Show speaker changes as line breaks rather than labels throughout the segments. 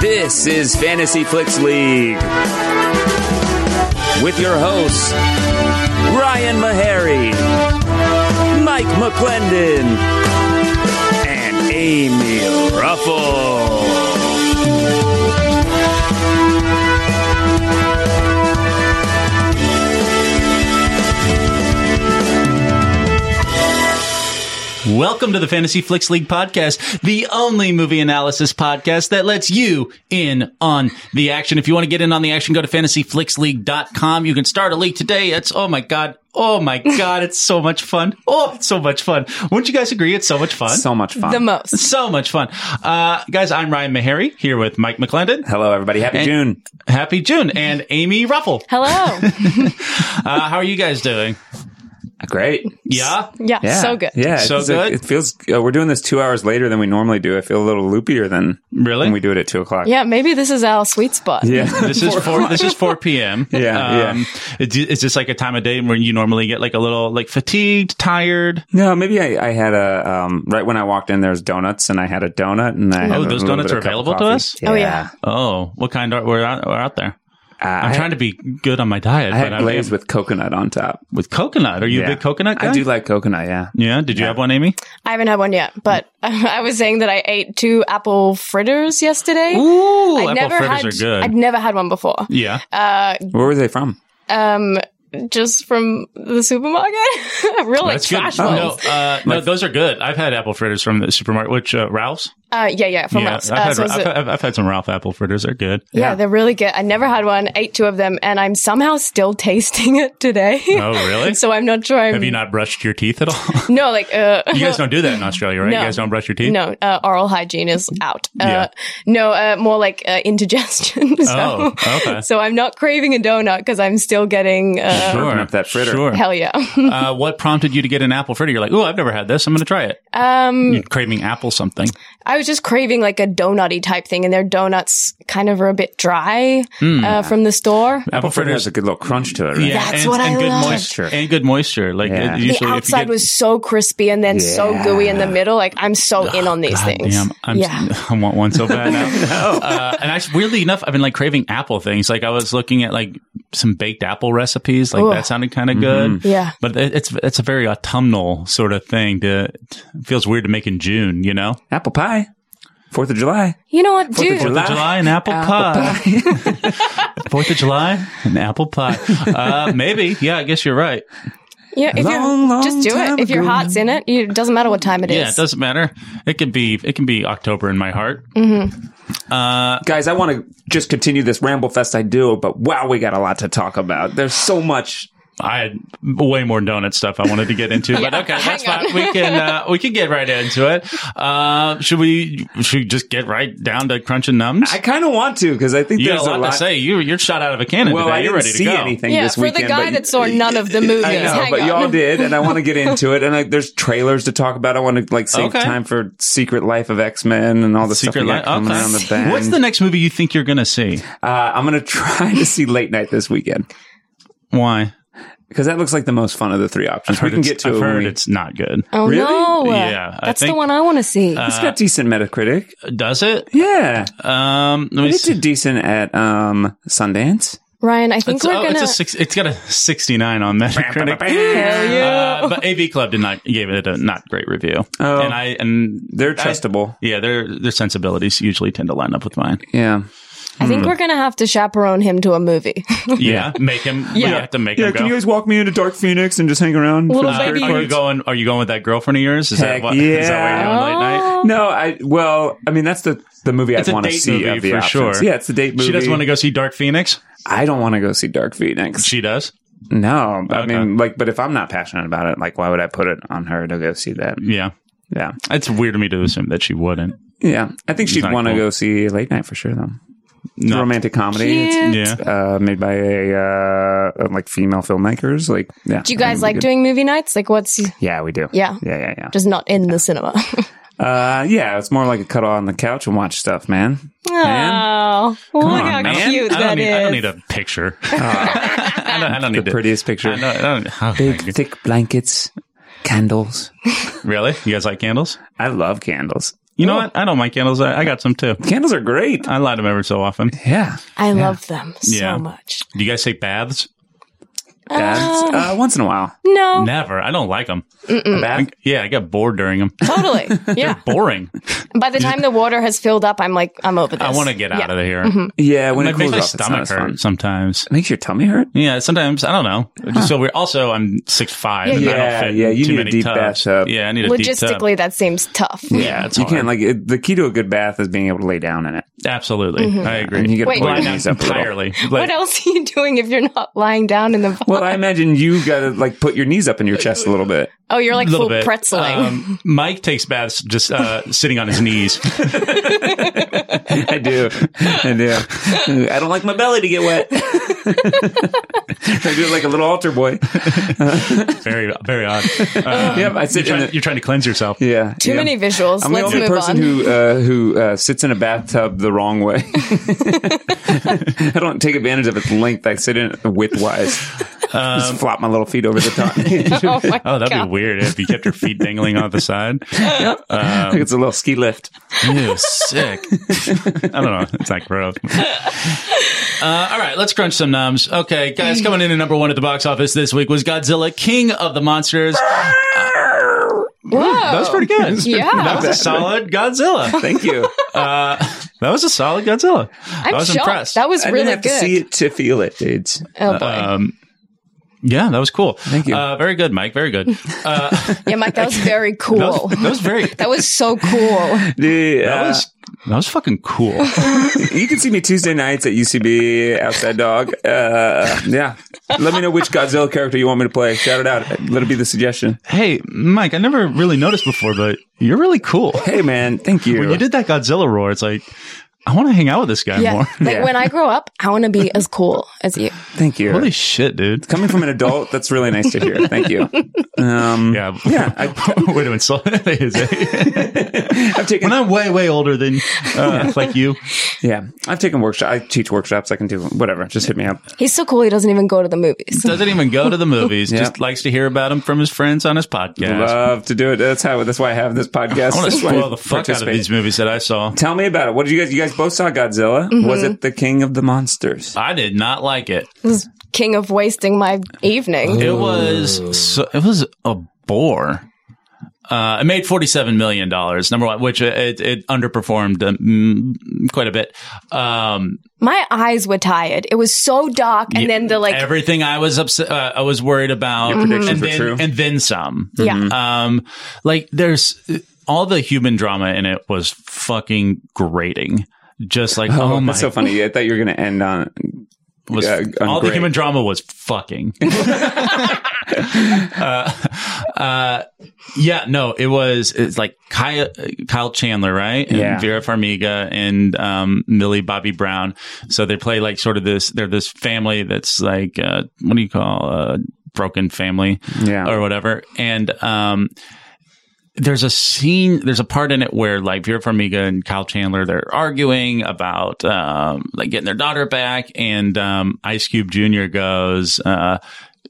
This is Fantasy Flicks League with your hosts, Ryan Meharry, Mike McClendon, and Amy Ruffle.
Welcome to the Fantasy Flicks League podcast, the only movie analysis podcast that lets you in on the action. If you want to get in on the action, go to fantasyflicksleague.com. You can start a league today. It's, oh my God. Oh my God. It's so much fun. Oh, it's so much fun. Wouldn't you guys agree? It's so much fun.
So much fun.
the most.
So much fun. Uh, guys, I'm Ryan Meharry here with Mike McClendon.
Hello, everybody. Happy
And-
June.
Happy June and Amy Ruffle.
Hello.
Uh, how are you guys doing?
Great.
Yeah.
Yeah,
Yeah.
so good.
Yeah.
So
it's like-
good?
it feels, uh, we're doing this two hours later than we normally do. I feel a little loopier than
Really?
when we do it at two o'clock.
Yeah, maybe this is our sweet spot.
Yeah.
This is four. This is four Um, p.m.
Yeah,
Is, is this like a time of day when you normally get like a little like fatigued, tired?
No, maybe I, I had a um, right when I walked in. There was donuts, and I had a donut, and I had
Oh,
a
those
little
donuts
bit
are
of cup of
available to
coffee.
us?
Oh, yeah.
Oh, what kind are we're out, we're out there?
Uh,
I'm
I
trying to be good on my diet,
I
but
had
I'm
glaze with coconut on top.
with coconut. Are you
Yeah.
a big coconut guy?
I do like coconut. Yeah.
Yeah. Did you have one, Amy?
I haven't had one yet, but I was saying that I ate two apple fritters yesterday.
Ooh,
I'd
apple
never
fritters
had,
are good.
I'd never had one before.
yeah.
Uh,
Where were they from?
um, just from the supermarket. Real like
That's good.
trash
No,
ones.
uh, no, those are good. I've had apple fritters from the supermarket, which uh, Ralph's.
Uh, yeah, yeah, from
yeah,
Ralph's.
I've,
Uh,
had,
so
Ra-
is it-
I've, I've- I've had some Ralph apple fritters. They're good.
yeah,
Yeah.
they're really good. I never had one. Ate two of them, and I'm somehow still tasting it today.
Oh, really?
so I'm not sure. I'm,
have you not brushed your teeth at all?
Mm. No, like uh,
You guys don't do that in Australia, right?
No.
You guys don't brush your teeth.
No, uh, oral hygiene is out. Uh,
Yeah.
No, uh, more like uh, indigestion. so,
Oh, okay.
so I'm not craving a donut because I'm still getting. Uh,
Open up that fritter.
Sure.
hell yeah.
Uh, what prompted you to get an apple fritter? You're like, oh, I've never had this. I'm going to try it.
um,
You're craving apple something.
I was just craving like a donutty type thing, and their donuts kind of are a bit dry uh, from the store.
Apple
Fritter has
fritters.
a good little crunch to it. Right?
That's what I
good
love.
moisture and good moisture. Like it-
Yeah. The
usually,
the
if you
outside
get,
was so crispy and then so gooey in the middle. Like I'm so in on these
God
things.
Damn, I'm,
yeah.
I want one so bad now. uh, and actually, weirdly enough, I've been like craving apple things. Like I was looking at like some baked apple recipes. Like
Ugh.
that sounded kind
Mm-hmm.
of good.
Yeah.
But it- it's it's a very autumnal sort of thing. To it feels weird to make in June, you know.
Apple pie. Fourth of July.
You know what,
of
dude?
Fourth of
July.
July and apple, pie. Fourth of July and apple pie. Uh, maybe. Yeah, I guess you're right.
Yeah, if
Long, long
you're, just do
time
it. If your
ago.
heart's in it, you- it doesn't matter what time it is.
Yeah, it doesn't matter. It can be. It can be October in my heart.
Guys, I want to just continue this ramble fest I do, but wow, we got a lot to talk about. There's so much.
I had way more donut stuff I wanted to get into, but okay, that's
hang on.
fine. We can uh, we can get right into it. Uh, should we should we just get right down to crunching numbs?
I kind of want to because I think
you got
there's
a lot, to say. You you're shot out of a cannon
Well,
today.
I
you're
didn't
ready
see
to go.
anything
Yeah,
this
for the
weekend.
guy
but-
that saw none of the movies,
I know,
hang
Uh, but
on.
y'all did, and I want to get into it. And I, there's trailers to talk about. I want to like save
Okay.
time for Secret Life of X Men and all the
Secret
stuff we
Life.
got coming around the
Okay.
bend.
What's the next movie you think you're gonna see?
uh, I'm gonna try to see Late Night this weekend
Why?
because that looks like the most fun of the three options. We can
It's-
get to
I've
it. when
heard
we-
it's not good.
Oh
Really?
no!
Yeah, I
that's
think- uh,
the one I want to see.
it's got decent Metacritic.
Does it?
Yeah,
Um, let me
it
Uh, see.
did decent at um, Sundance.
Ryan, I think
It's,
we're
oh,
gonna.
it's a six, it's got a 69 on Metacritic.
Hell yeah.
Uh, but AV Club did not gave it a not great review.
Oh.
And I and
They're trustable.
yeah, their their sensibilities usually tend to line up with mine.
yeah.
I think we're gonna have to chaperone him to a movie.
Yeah, make him. Yeah, have to make
Yeah,
him
can
go. Uh,
you guys walk me into Dark Phoenix and just hang around?
Little
for the
baby-
third
are
part?
you going? Are you going with that girlfriend of yours? Is
Heck
that what? is that
yeah.
what you're doing late night?
No, I well, I mean that's the the movie
It's
I
a
want to
date
see
movie
of the
for
options.
sure.
Yeah, it's a date movie.
She doesn't want to go see Dark Phoenix.
I don't want to go see Dark Phoenix.
She does.
No, I
Okay.
mean like, but if I'm not passionate about it, like, why would I put it on her to go see that?
Yeah,
Yeah,
it's weird of me to assume that she wouldn't.
yeah. I think she'd
not
want to
cool.
go see Late Night for sure, though. It's a
No.
romantic comedy. It's,
Cute.
Yeah.
uh, made by a uh, like female filmmakers. Like, yeah.
Do you guys like doing movie nights? Like, what's
Yeah, we do.
Yeah.
yeah, yeah, yeah.
just not in the cinema?
Uh, yeah, it's more like a cut on the couch and watch stuff, man.
oh, look
on,
how
man.
cute
I don't,
that
need,
is.
I don't need a picture.
Oh.
I don't, I don't need
The
it.
prettiest picture.
I don't, I don't, oh, thank you.
Big thick blankets, candles.
Really? You guys like candles?
I love candles.
You know what? I don't mind candles. I, I got some too.
Candles are great.
I light them every so often. Do
Yeah.
I love them so
Yeah.
much.
you guys take baths?
Baths, uh, once in a while.
No,
Never. I don't like them.
A bath.
Yeah, I got bored during them.
totally. Yeah.
Boring.
By the time the water has filled up, I'm like, I'm over this.
I want to get out
Yeah.
of here.
Yeah, when
It
it
makes
cools
my
off, it's not
stomach
as fun.
hurt sometimes.
Makes your tummy hurt.
Yeah, sometimes I don't know. It's just so weird. Also, I'm six five. and I
Yeah,
don't fit
yeah, you
too
need a
many
deep
tubs.
bathtub.
Yeah, I need a deep tub.
Logistically, that seems tough.
Yeah, it's
you
hard.
can't like it, the key to a good bath is being able to lay down in it.
Absolutely, I agree.
And you get
Wait,
to pull
what?
your
Not
knees up a little.
entirely.
What
Like,
else are you doing if you're not lying down in the bath?
Well, I imagine you gotta like put your knees up in your chest a little bit.
Oh, you're like
little
full
bit.
pretzeling.
Um, Mike takes baths just uh, sitting on his knees.
I do. I do. I don't like my belly to get wet. I do it like a little altar boy.
Very, very odd. Um,
Yep, I
you're,
sit in
trying,
it.
you're trying to cleanse yourself.
Yeah.
Too
yeah.
many visuals.
I'm
Let's
the only
move
person
on.
who uh, who uh, sits in a bathtub the wrong way. I don't take advantage of its length. I sit in it widthwise.
Um,
Just flop my little feet over the top.
oh my
Oh, that'd
god.
be weird if you kept your feet dangling on the side. Um,
it's a little ski lift.
Ew, sick. I don't know. It's like gross. Uh, all right, let's crunch some numbs. Okay, guys,
Mm.
coming in at number one at the box office this week was Godzilla, King of the Monsters.
Whoa.
That was pretty good.
Yeah.
That was a solid Godzilla.
Thank you.
That was a solid Godzilla.
I'm
I was
shocked.
impressed. Uh,
That was
I
really
didn't have
good.
to see it to feel it, dudes.
Oh boy.
Um, yeah, that was cool. Thank
you.
Uh, very good, Mike. Very good.
yeah, Mike, that was very
That
cool.
was, that was very.
that was so cool.
The,
That
uh,
was that was fucking cool.
you can see me Tuesday nights at UCB Outside Dog. Uh, yeah, let me know which Godzilla character you want me to play. Shout it out. Let it be the suggestion.
hey, Mike, I never really noticed before, but you're really cool.
Hey, man, thank you.
When you did that Godzilla roar, it's like I want to hang out with this guy
Yeah.
more.
Like
Yeah.
when I grow up, I want to be as cool as you.
Thank you.
Holy shit, dude.
Coming from an adult, that's really nice to hear. Thank you. Um,
Yeah.
yeah, I,
Wait a minute. So is it-
I've taken.
when I'm way, way older than uh, like you,
yeah, I've taken workshops. I teach workshops. I can do whatever. Just hit me up.
He's so cool. He doesn't even go to the movies.
doesn't even go to the movies.
Yeah.
Just likes to hear about him from his friends on his podcast.
Love to do it. That's how. That's why I have this podcast.
I want to
That's why I
spoil the fuck out of
participate.
these movies that I saw.
Tell me about it. What did you guys? You guys both saw Godzilla.
Mm-hmm.
Was it the King of the Monsters?
I did not like it.
This is king of wasting my evening.
It was so, it was a bore. Uh, it made forty seven million dollars. Number one, which uh, it, it underperformed um, mm, quite a bit. Um,
My eyes were tired. It was so dark, and then the like,
everything I was upset, uh, I was worried about,
Your predictions
and
were
then,
true.
and then some.
yeah,
Um, like there's all the human drama in it was fucking grating. Just like oh, my,
that's so funny. I thought you were going to end on.
was,
yeah, on
all the
great.
human drama was fucking. uh, uh, yeah, no, it was it's like Kyle, Kyle Chandler, right? And
Yeah.
Vera Farmiga and um, Millie Bobby Brown. So they play like sort of this. They're this family that's like uh, what do you call a broken family?
Yeah.
or whatever. And um, there's a scene, there's a part in it where like Vera Farmiga and Kyle Chandler they're arguing about um, like getting their daughter back, and um, Ice Cube Jr. goes, uh,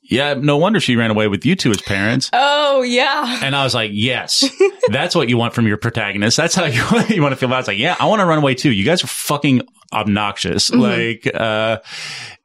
"Yeah, no wonder she ran away with you two as parents."
oh yeah,
And I was like, yes, that's what you want from your protagonist. That's how you, you want to feel. I was like, yeah, I want to run away too. You guys are fucking obnoxious. Like, uh,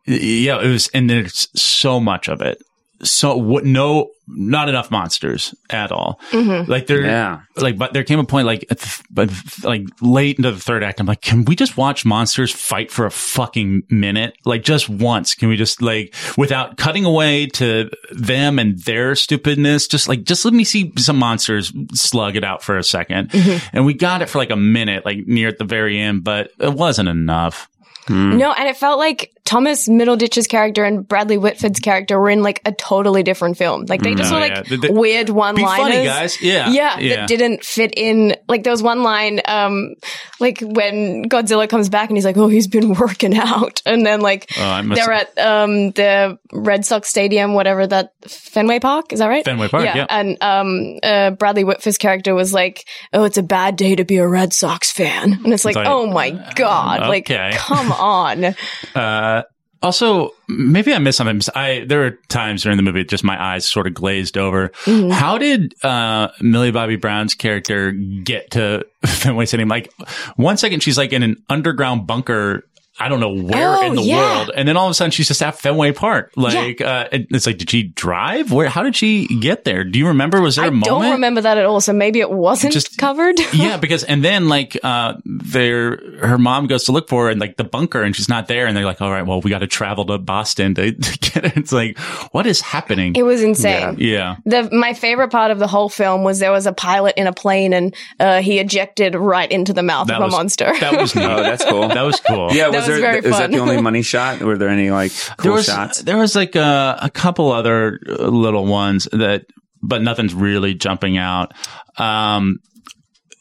y- yeah, it was, and there's so much of it. So what, no, not enough monsters at all. Like there,
Yeah.
like, but there came a point like, at the- but like late into the third act, I'm like, can we just watch monsters fight for a fucking minute? Like just once, can we just like, without cutting away to them and their stupidness, just like, just let me see some monsters slug it out for a 2nd And we got it for like a minute, like near at the very end, but it wasn't enough. Mm-hmm.
no, and it felt like Thomas Middleditch's character and Bradley Whitford's character were in like a totally different film. Like they just
No,
were
Mm. Oh, yeah.
like
They- they-
weird
Be
one-liners.
funny, guys. Yeah.
yeah, that didn't fit in. Like there was one line, um, like when Godzilla comes back and he's like, "Oh, he's been working out," and then like
Oh, I must-
they're at um the Red Sox stadium, whatever that Fenway Park is that right?
Fenway Park, yeah.
And um, uh, Bradley Whitford's character was like, "Oh, it's a bad day to be a Red Sox fan," and it's like,
like,
"Oh my god!" Like,
okay.
come on.
Uh, Also, maybe I missed something. I there were times during the movie just my eyes sort of glazed over.
Mm-hmm.
How did uh, Millie Bobby Brown's character get to Fenway City? I'm Like one second she's like in an underground bunker. I don't know where
Oh,
in the
yeah.
world, and then all of a sudden she's just at Fenway Park. Like uh, it- it's like, did she drive? Where? How did she get there? Do you remember? Was there a
I
moment?
don't remember that at all. So maybe it wasn't
Just- e-
covered.
yeah, because and then like uh their her mom goes to look for her in like the bunker and she's not there and they're like, All right, well we gotta travel to Boston to, to get her. It's like, what is happening?
It was insane.
yeah.
The my favorite part of the whole film was there was a pilot in a plane and uh, he ejected right into the mouth of a
was,
monster.
That was neat.
Oh, that's cool.
that was cool.
yeah,
That
was,
was
there?
very
Was that
fun.
the only money shot? Were there any like
There
cool
was
shots?
there was like a, a couple other uh, little ones that but nothing's really jumping out. Um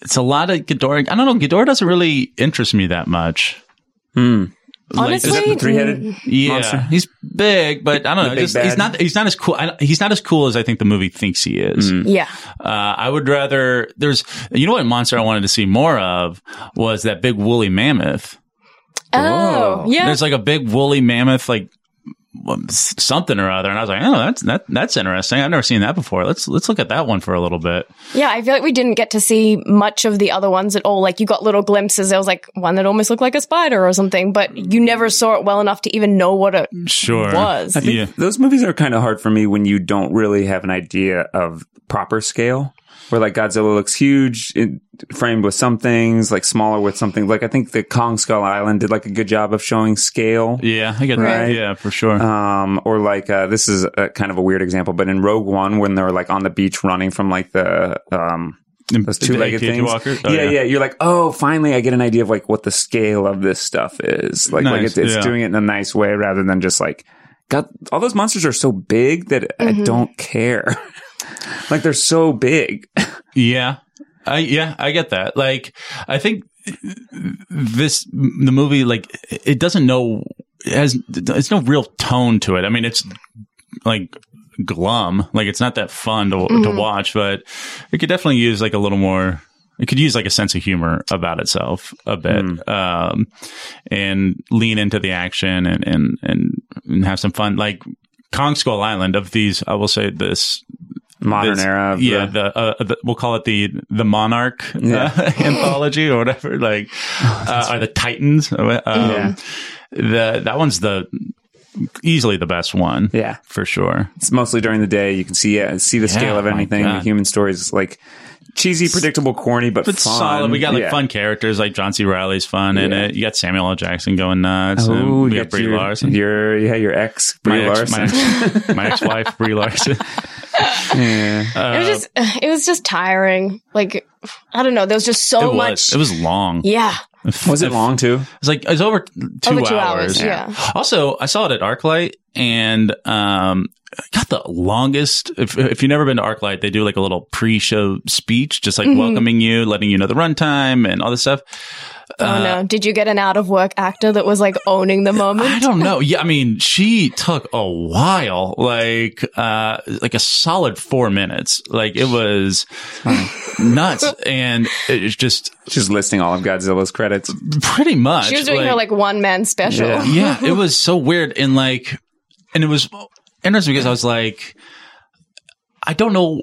it's a lot of Ghidorah. I don't know. Ghidorah doesn't really interest me that much. Like,
Is that
Honestly,
the three headed?
Yeah,
monster?
he's big, but I don't know.
big
Just,
bad.
he's not. He's not as cool. I, he's not as cool as I think the movie thinks he is.
Mm.
yeah.
Uh, I would rather. There's. You know what monster I wanted to see more of was that big woolly mammoth.
Oh, yeah.
There's like a big woolly mammoth, like um, s- something or other, and I was like, oh, that's that, that's interesting. I've never seen that before. Let's let's look at that one for a little bit.
Yeah, I feel like we didn't get to see much of the other ones at all. Like you got little glimpses. There was like one that almost looked like a spider or something, but you never saw it well enough to even know what it
Sure.
was.
I think- Yeah.
Those movies are kind of hard for me when you don't really have an idea of proper scale. Where like Godzilla looks huge, it, framed with some things, like smaller with something. Like I think the Kong Skull Island did like a good job of showing scale.
Yeah, I get that.
Right.
Yeah, for sure.
Um, or like uh, this is a, kind of a weird example, but in Rogue One, when they're like on the beach running from like the um, those
The
two legged
AT-AT
things,
walker? Oh,
yeah, yeah, You're like, oh, finally, I get an idea of like what the scale of this stuff is. Like, like it's,
Nice,
it's
yeah.
doing it in a nice way rather than just like, God, all those monsters are so big that I don't care. like they're so big.
Yeah. I yeah, I get that. Like I think this the movie like it doesn't know it has it's no real tone to it. I mean, it's like glum. Like it's not that fun to to watch, but it could definitely use like a little more it could use like a sense of humor about itself a bit, um, and lean into the action and, and, and, and have some fun. Like Kong Skull Island of these, I will say this,
Modern
this-
era. of
yeah,
the-
the, uh, the we'll call it the the Monarch uh, anthology or whatever, like uh, or the Titans. Uh, Um,
Yeah.
the that one's the easily the best one.
Yeah.
for sure.
it's mostly during the day. You can see yeah, see the scale of
my
anything. The
God.
human stories is like cheesy, predictable, corny, but,
It's
fun.
solid. We got like
Yeah.
fun characters, like John C. Riley's fun in
Yeah.
it. You got Samuel L. Jackson going nuts.
Oh,
and we
you
got
got
Brie
your,
Larson.
Your yeah, your ex Brie
my ex-
Larson.
my ex- my ex-wife Brie Larson. Uh,
it was just it was just tiring. Like I don't know, there was just so
it
much
was. It was long.
Yeah.
Oh, Was it long too?
It's like it's over two,
Over
hours.
two hours, yeah.
Also, I saw it at ArcLight and um got the longest. If if you've never been to ArcLight, they do like a little pre-show speech, just
Mm-hmm.
like welcoming you, letting you know the runtime and all this stuff.
oh no. Did you get an out of work actor that was like owning the
Uh, I
moment?
don't know. Yeah, I mean, she took a while, like uh like a solid four minutes. Like it was nuts, and it's just
Just listing all of Godzilla's credits.
pretty much.
She was doing her like one man special.
Yeah.
yeah, it was so weird and like, and it was interesting because I was like, I don't know,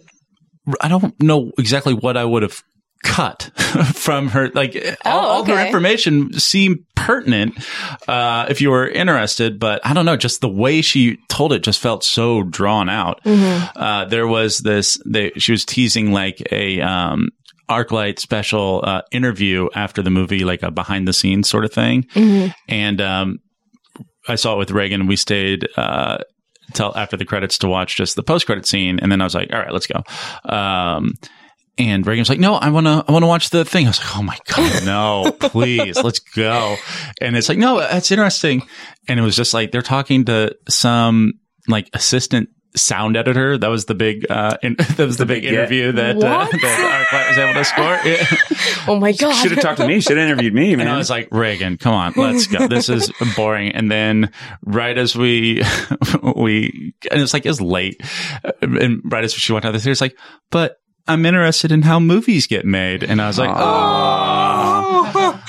I don't know exactly what I would have cut from her. Like all,
Oh,
all her
okay.
information seemed pertinent uh, if you were interested, but I don't know. Just the way she told it just felt so drawn out.
Mm-hmm.
Uh, there was this. They, she was teasing like a. Um, ArcLight special uh, interview after the movie, like a behind the scenes sort of thing,
Mm-hmm.
and um, I saw it with Reagan. We stayed uh, till after the credits to watch just the post credit scene, and then I was like, "All right, let's go." Um, and Reagan was like, "No, I want to, I want to watch the thing." I was like, "Oh my god, no! please, let's go." And it's like, "No, that's interesting." And it was just like they're talking to some like assistant sound editor. That was the big, uh, in, that was the big
big
interview that uh,
What?
that Arclight was able to score. Yeah.
Oh my god.
Should have talked to me. Should have interviewed me, man.
And I was like, Reagan, come on, let's go. This is boring. And then right as we, we, and it's like, it's late. And right as she went out the theater, it's like, but I'm interested in how movies get made. And I was like, oh,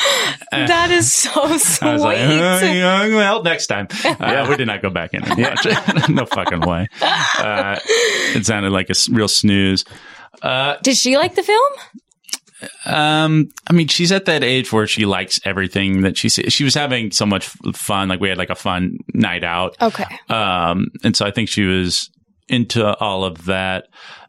that is so sweet.
I was like, "Uh, yeah, well, next time. Uh, We did not go back in and watch it. no fucking way. Uh, it sounded like a s- real snooze.
Did she like the film?
Um, I mean, she's at that age where she likes everything that she sees. She was having so much f- fun. Like we had like a fun night out.
Okay.
Um, and so I think she was into all of that.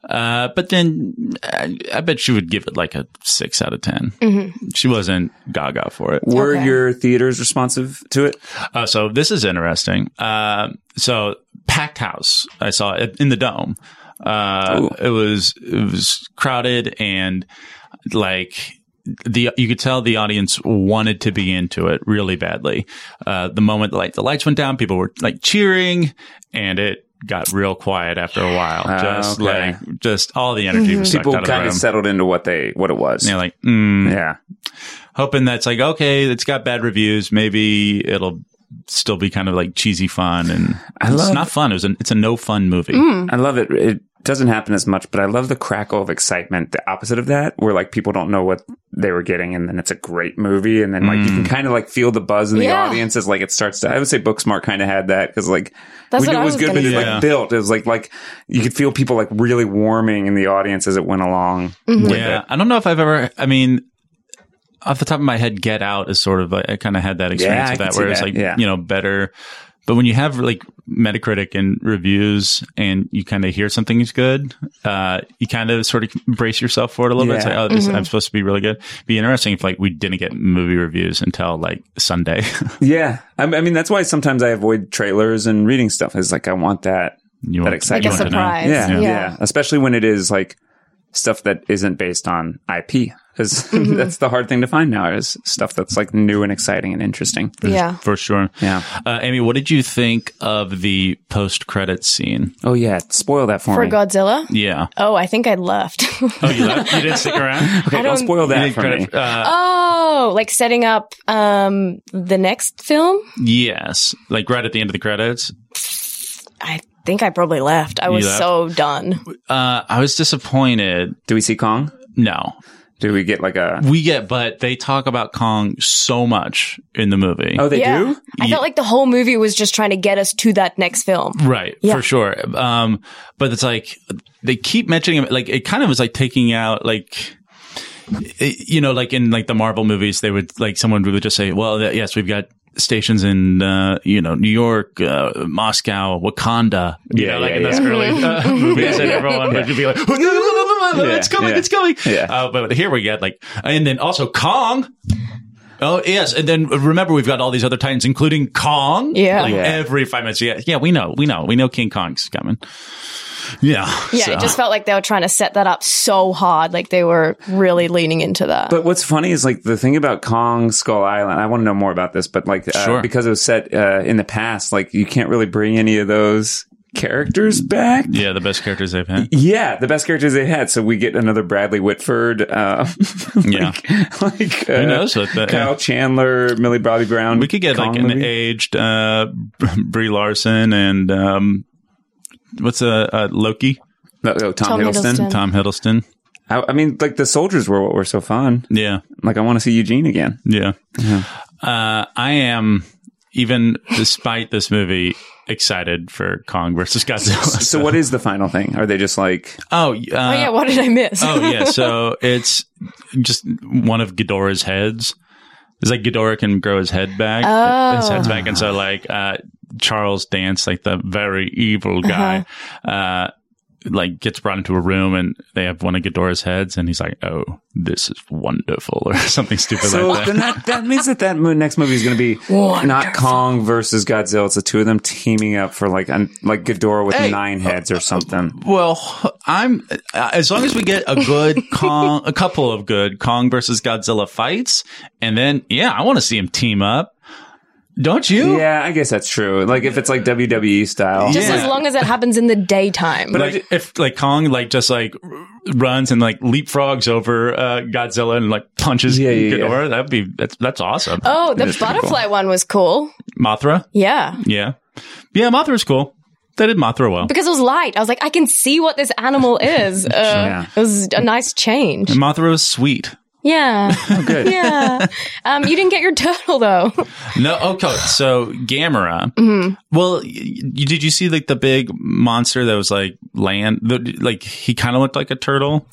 Uh, but then I, I bet she would give it like a six out of 10. She wasn't gaga for it.
Were
Okay.
your theaters responsive to it?
Uh, so this is interesting. Uh, so packed house. I saw it in the dome. Uh, it was it was crowded and like the you could tell the audience wanted to be into it really badly. Uh, the moment like the lights went down, people were like cheering, and it got real quiet after a while.
Ah,
just
okay.
like just all the energy was sucked
People
out of the
kind
room.
of settled into what they what it was.
and you're like, mm,
yeah.
hoping that's like okay, it's got bad reviews. Maybe it'll still be kind of like cheesy fun, and
I
it's
love-
not fun. It was an, it's a no fun movie.
I love it. It doesn't happen as much, but I love the crackle of excitement. The opposite of that, where like people don't know what they were getting, and then it's a great movie, and then like you can kind of like feel the buzz in the
Yeah.
audience as like it starts to. I would say Booksmart kind of had that because like
That's
we
what
knew
I
it was
was
good,
gonna
but it
say.
like built. It was like like you could feel people like really warming in the audience as it went along.
Yeah, I don't know if I've ever. I mean, off the top of my head, Get Out is sort of like, I kind of had that experience
I
with
can
that,
see
where it's
that.
like
Yeah.
you know better. But when you have like Metacritic and reviews, and you kind of hear something is good, uh, you kind of sort of brace yourself for it a little bit. It's like,
Yeah.
oh, this, I'm supposed to be really good. Be interesting if like we didn't get movie reviews until like Sunday.
Yeah, I, I mean that's why sometimes I avoid trailers and reading stuff. Is like I want that
you
That
want-
excitement.
you
Like a
want to know.
surprise.
yeah,
Yeah.
yeah, Especially when it is like stuff that isn't based on IP, because
Mm-hmm.
that's the hard thing to find now is stuff that's like new and exciting and interesting.
Yeah.
for sure.
Yeah.
Uh, Amy, what did you think of the post-credit scene?
Oh yeah, spoil that for,
For
me.
Godzilla?
Yeah.
Oh, I think I left.
Oh, you left? You didn't stick around.
okay,
I
don't
don't-
spoil that for me.
Credit- uh,
oh, like setting up um the next film?
yes, like right at the end of the credits.
I think I probably left. I was
left?
so done.
Uh, I was disappointed.
Do we see Kong?
No,
Do we get like a?
we get, but they talk about Kong so much in the movie.
Oh, they
yeah.
do.
I felt like the whole movie was just trying to get us to that next film.
Right, for sure. Um, but it's like they keep mentioning him. Like it kind of was like taking out like. it- you know, like in like the Marvel movies, they would like someone would just say, "Well, th- yes, we've got stations in uh, you know New York, uh, Moscow, Wakanda." You
Yeah,
know, like
yeah,
in those
yeah.
early uh, movies, and everyone would be like, "It's coming,
yeah.
it's coming."
Yeah.
Uh, but here we get like, and then also Kong. Oh yes, and then remember we've got all these other titans, including Kong.
Yeah.
Like,
Yeah.
every five minutes. Yeah, yeah, we know, we know, we know King Kong's coming. Yeah,
Yeah,
so.
it just felt like they were trying to set that up so hard. Like they were really leaning into that.
But what's funny is like the thing about Kong Skull Island. I want to know more about this, but like uh,
Sure.
because it was set uh, in the past, like you can't really bring any of those characters back.
yeah, the best characters they've had.
Yeah, the best characters they had. So we get another Bradley Whitford. Uh,
Yeah.
like, like uh,
Who knows what the-
Kyle
yeah.
Chandler, Millie Bobby Brown.
We could get
Kong
like an
movie.
aged uh, Brie Larson and um, what's a uh, Loki,
No, no, Tom,
Tom
Hiddleston.
Hiddleston.
Tom Hiddleston.
I, I mean, like the soldiers were what were so fun.
Yeah,
Like I want to see Eugene again.
yeah. Uh, I am even despite this movie excited for Kong versus Godzilla.
So what is the final thing? Are they just like
Oh, uh,
oh yeah, what did I miss?
oh yeah, so it's just one of Ghidorah's heads. It's like Ghidorah can grow his head back,
Oh.
his head's back, and so like uh, Charles Dance, like the very evil guy, uh like gets brought into a room and they have one of Ghidorah's heads, and he's like, "Oh, this is wonderful," or something stupid
so?
like that.
then that that means that that mo- next movie is going to be not Kong versus Godzilla. It's the two of them teaming up for like an, like Ghidorah with nine heads or something.
Well, I'm uh, as long as we get a good Kong, a couple of good Kong versus Godzilla fights, and then yeah, I want to see him team up. Don't you?
Yeah, I guess that's true. Like if it's like WWE style.
just
yeah.
as long as it happens in the daytime.
like if like Kong like just like r- runs and like leapfrogs over uh, Godzilla and like punches
Yeah, yeah, yeah.
Ghidorah, that'd be that's that's awesome.
oh, the
pretty
butterfly one was cool.
Mothra,
Yeah.
yeah, yeah, Mothra's cool. They did Mothra well.
Because it was light. I was like, I can see what this animal is. Uh, It was a nice change.
Mothra was sweet.
Yeah.
good.
yeah. Um, you didn't get your turtle though.
No, okay. So Gamera. Well, y- y- did you see like the big monster that was like land? The, like he kind of looked like a turtle.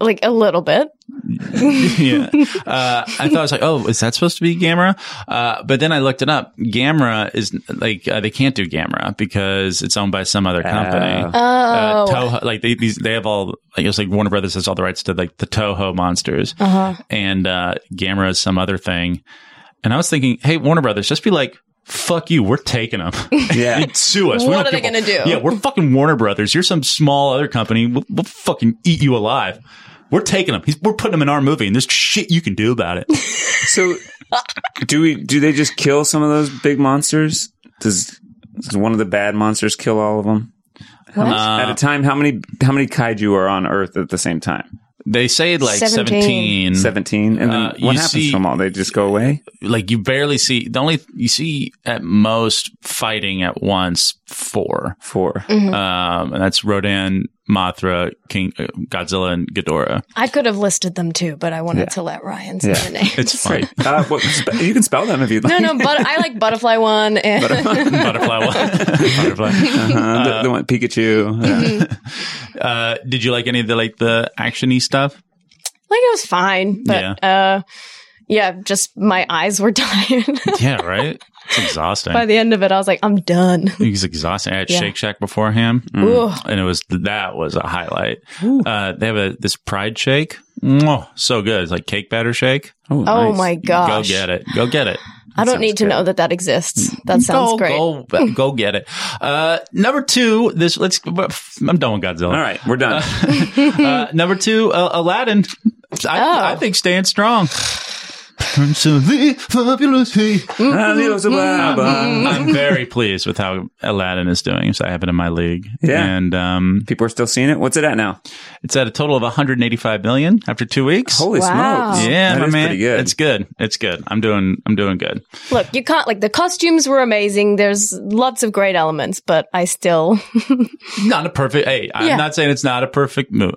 like a little bit.
yeah. Uh, I thought I was like, oh, is that supposed to be Gamera? Uh, but then I looked it up. Gamera is like uh, they can't do Gamera because it's owned by some other company.
Oh.
Oh.
Uh, Toho, like they these they have all like, it's like Warner Brothers has all the rights to like the Toho monsters
uh-huh.
and uh, Gamera is some other thing. And I was thinking, hey Warner Brothers, just be like, fuck you, we're taking them.
Yeah.
Sue us. We
What
don't
are they
give a-
gonna do?
Yeah, we're fucking Warner Brothers. You're some small other company. We'll, we'll fucking eat you alive. We're taking them. He's, we're putting them in our movie, and there's shit you can do about it.
So, do we? Do they just kill some of those big monsters? Does, does one of the bad monsters kill all of them
What?
at
Uh,
a time? How many? How many kaiju are on Earth at the same time?
They say like 17.
Seventeen.
Seventeen. And then
Mm. Uh, you
what happens
see-
to them all? They just go away.
Like you barely see the only you see at most fighting at once four.
Four.
Mm. Mm-hmm.
Um, and that's Rodan, Mothra, King uh, Godzilla, and Ghidorah.
I could have listed them too, but I wanted
Yeah.
to let Ryan say
Yeah.
the name.
It's fine.
Uh, what, spe- you can spell them if you'd
no,
like.
no, but I like butterfly one and
Butterfly one. Butterfly.
Uh-huh. the, the one Pikachu.
Mm-hmm.
Yeah.
Uh, did you like any of the like the actiony stuff?
like it was fine, but uh yeah, just my eyes were tired.
Yeah, right. It's exhausting.
By the end of it, I was like, I'm done.
He was exhausting. I had
Yeah.
Shake Shack beforehand,
Ooh.
and it was that was a highlight. Uh, they have a this pride shake. Mwah, so good. It's like cake batter shake.
Oh
nice.
my gosh.
Go get it. Go get it.
I
That
don't need
sounds
to
good.
know that that
Mm.
exists. That sounds
go,
great.
Go, go get it. Uh, number two, this let's. I'm done with Godzilla.
All right, we're done.
Uh, number two, uh, Aladdin. I,
Oh.
I think stands strong. I'm so fabulous.
Mm-hmm.
Adios, blah, blah.
I'm very pleased with how Aladdin is doing. So I have it in my league.
Yeah.
And um,
People are still seeing it. What's it at now?
it's at a total of 185 million after two weeks.
Holy
Wow.
smokes!
yeah,
That
my
is
man.
pretty good.
It's good. It's good. I'm doing. I'm doing good.
Look, you can't like the costumes were amazing. There's lots of great elements, but I still
Mm-hmm.
Not a perfect. Hey, I'm
Yeah.
not saying it's not a perfect movie.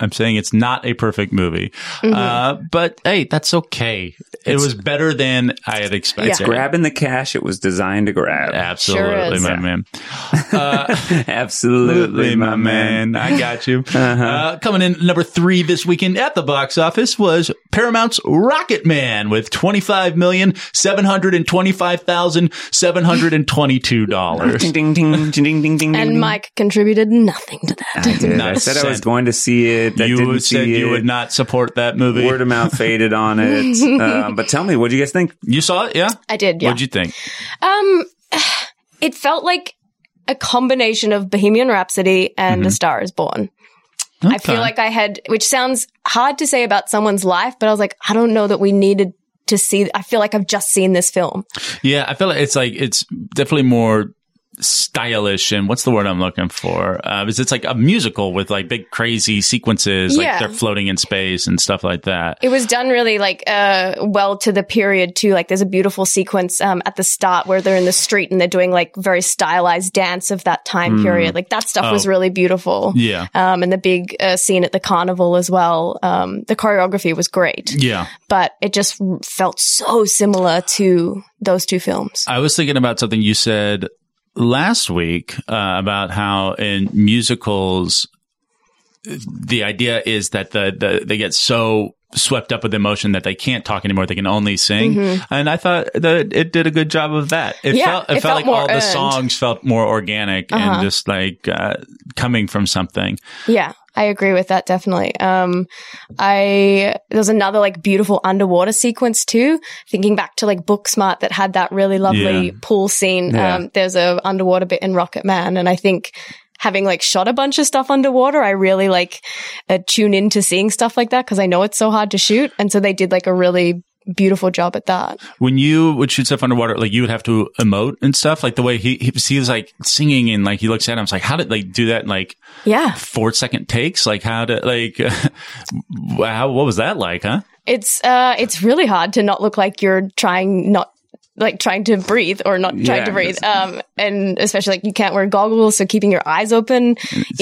I'm saying it's not a perfect movie.
Mm-hmm.
Uh, but hey, that's okay. it was better than I had expected.
Yeah.
grabbing the cash it was designed to grab.
Absolutely,
Sure is.
my
Yeah.
man.
Absolutely, my man. Uh-huh.
I got you. Uh, coming in at number three this weekend at the box office was Paramount's Rocket Man with twenty five million seven hundred and twenty five thousand seven hundred and twenty two dollars.
Ding ding ding ding ding ding ding.
and
ding.
Mike contributed nothing to that.
I did. I
Not
said I was
sent.
going to see it. I
You
didn't
said
see
you
it.
would not support that movie.
Word of mouth faded on it. um, but tell me, what do you guys think?
you saw it, yeah?
I did, yeah.
What'd you think?
Um, it felt like a combination of Bohemian Rhapsody and A Star Is Born. I feel
Mm-hmm. Okay.
like I had, which sounds hard to say about someone's life, but I was like, I don't know that we needed to see. I feel like I've just seen this film.
yeah, I feel like it's like it's definitely more stylish and what's the word I'm looking for? Uh, is it's like a musical with like big crazy sequences, like
Yeah.
they're floating in space and stuff like that.
It was done really like uh well to the period too. Like there's a beautiful sequence um at the start where they're in the street and they're doing like very stylized dance of that time period. Like that stuff was
Mm. Oh.
really beautiful.
Yeah.
Um, and the big uh, scene at the carnival as well. Um, the choreography was great.
Yeah.
but it just felt so similar to those two films.
I was thinking about something you said last week uh, about how in musicals, the idea is that the, the they get so swept up with emotion that they can't talk anymore; they can only sing. And I thought that it did a good job of that. It
Mm-hmm. Yeah,
felt it, felt
it felt
like
more
all the
earned. Uh-huh.
songs felt more organic and just like uh, coming from something.
Yeah, I agree with that definitely. Um, I there's another like beautiful underwater sequence too. Thinking back to like Booksmart that had that really lovely
Yeah.
pool scene.
Yeah.
Um, there's a underwater bit in Rocket Man, and I think having like shot a bunch of stuff underwater, I really like uh, tune into seeing stuff like that because I know it's so hard to shoot, and so they did like a really beautiful job at that.
when you would shoot stuff underwater, like you would have to emote and stuff. Like the way he he, was- he was like singing and like he looks at him, it's like how did they do that? in, like
Yeah.
four second takes? Like how did like wow? What was that like? Huh?
It's uh, it's really hard to not look like you're trying not like trying to breathe or not trying
Yeah,
to breathe.
it's-
Um, and especially like you can't wear goggles, so keeping your eyes open in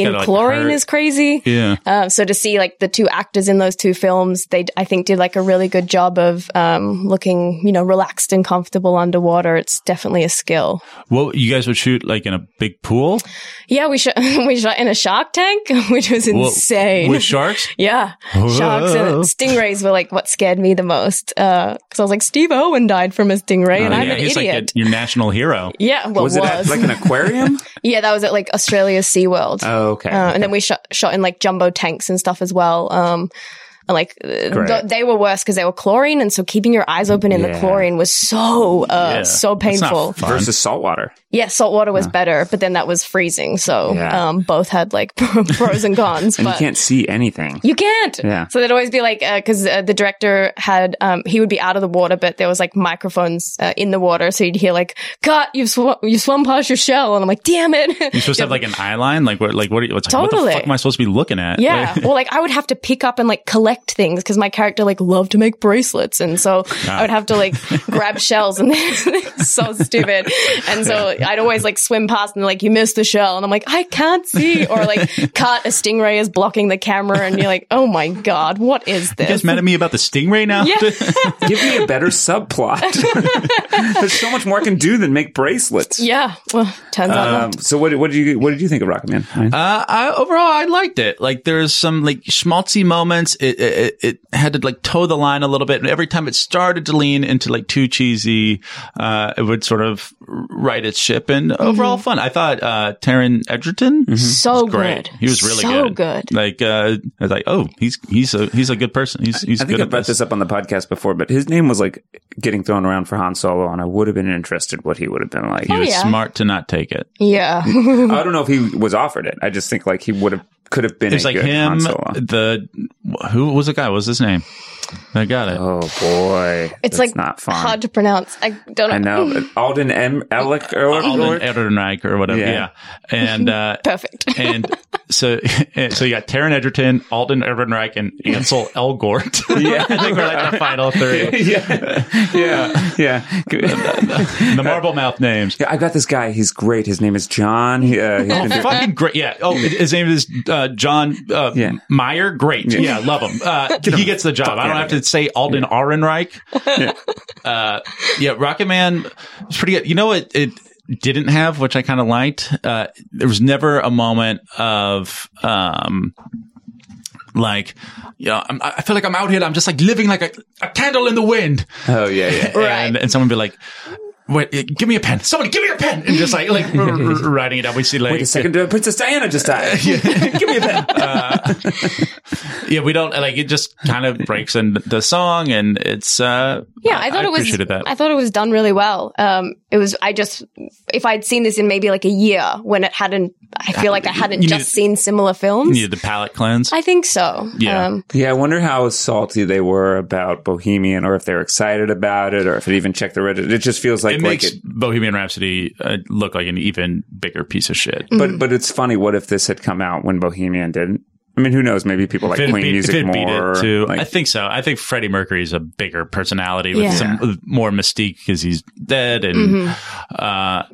gotta, like,
chlorine
hurt.
is crazy.
Yeah.
Um, so to see like the two actors in those two films, they I think did like a really good job of um, looking you know relaxed and comfortable underwater. It's definitely a skill.
Well, you guys would shoot like in a big pool
Yeah, we shot we shot in a shark tank, which was
Well,
insane.
with sharks.
yeah, sharks and stingrays were like what scared me the most because I was like Steve Owen died from a stingray, and
Oh,
I'm
yeah,
an
he's
idiot.
like a, your national hero.
yeah, what
was
was?
it at, like an aquarium?
yeah, that was at like Australia SeaWorld.
oh, okay.
Uh, and then we shot, shot in like jumbo tanks and stuff as well. Um, and like th-
Great.
th- they were worse because they were chlorine, and so keeping your eyes open in the
Yeah.
chlorine was so uh,
Yeah.
so
That's not
painful.
fun.
Versus saltwater.
Yeah, salt water was better, but then that was freezing. So
Yeah.
um, both had like pros and cons.
And
but
you can't see anything.
you can't.
Yeah.
So they'd always be like, because uh, the director had, um, he would be out of the water, but there was like microphones uh, in the water, so you'd hear like, "God, you've sw- you swum past your shell," and I'm like, "Damn it!"
You're supposed to have like an eye line. Like what? Like what? Are you, it's like, What the
Totally.
fuck am I supposed to be looking at?
Yeah.
Like-
well, like I would have to pick up and like collect things because my character like loved to make bracelets, and so I would have to like grab shells, and it's so stupid. And so I'd always like swim past and like you missed the shell, and I'm like I can't see, or like cut a stingray is blocking the camera, and you're like oh my god, what is
you guys
this?
mad at me about the stingray now?
Yeah.
Give me a better subplot. There's so much more I can do than make bracelets.
Yeah. Well, turns out
Um, so what, what did you what did you think of Rocketman? Ryan?
Uh, I, overall, I liked it. Like there's some like schmaltzy moments. It, it it it had to like toe the line a little bit, and every time it started to lean into like too cheesy, uh, it would sort of right its ship. And
Mm-hmm.
overall, fun. I thought uh, Taron Edgerton
so
was great.
good.
He was really
Mm-hmm. so
good. Like uh, I was like, oh, he's he's a he's a good person. He's he's
I think
good
I
at
brought this up on the podcast before, but his name was like getting thrown around for Han Solo, and I would have been interested what he would have been like.
He was
Oh, yeah.
smart to not take it.
Yeah.
I don't know if he was offered it. I just think like he would have could have been.
It's
a
like
good
him.
Han Solo.
The who was the guy? What was his name? I got it.
Oh boy,
It's
That's
like
not fun.
hard to pronounce. I don't know.
I know but Alden M. Alec Ehrlich-
Alden
Ehrlich?
Ehrenreich or whatever. Yeah.
Yeah.
And, uh,
Perfect.
and so, and so you got Taryn Edgerton, Alden Ehrenreich, and Ansel Elgort. Yeah. I think we're like the final three.
Yeah, yeah, yeah. Good.
The marble mouth names.
Yeah, I got this guy. He's great. His name is John. He, uh, he's
Oh,
been doing-
fucking great. Yeah. Oh, his name is uh, John uh,
Yeah.
Meyer. Great. Yeah.
Yeah.
love him. Uh, he gets the job. I
out
don't have
of
to say Alden Ehrenreich. Uh, yeah. Rocket Man was pretty good. You know what? It, didn't have, which I kind of liked. Uh, there was never a moment of, um, like, you know, I'm, I feel like I'm out here. I'm just like living like a, a candle in the wind
oh yeah, yeah.
Right.
and, and someone be like, "Wait, uh, give me a pen! Someone give me a pen!" And just like like r- r- writing it down. We see like
Wait a second, uh, Princess Diana just died. Give me that.
Uh, yeah, we don't like it. Just kind of breaks in the song, and it's uh
Yeah, I thought it was.
appreciated that.
I thought it was done really well. Um, it was. I just, if I'd seen this in maybe like a year when it hadn't, I feel like I hadn't
you
just
need-
seen similar films.
needed the palate cleanse.
I think so.
Yeah.
Um,
Yeah, I wonder how salty they were about Bohemian, or if they're excited about it, or if it even checked the Reddit. It just feels like
it
like
makes
it.
Bohemian Rhapsody uh, look like an even bigger piece of shit.
Mm.
But but it's funny. What if this had come out when Bohemian didn't? I mean, who knows? Maybe people like
If it
Queen
beat-
music
if it beat
more.
it too. I
like-
think so. I think Freddie Mercury is a bigger personality with
Yeah. Mm-hmm.
some with more mystique because he's dead and uh,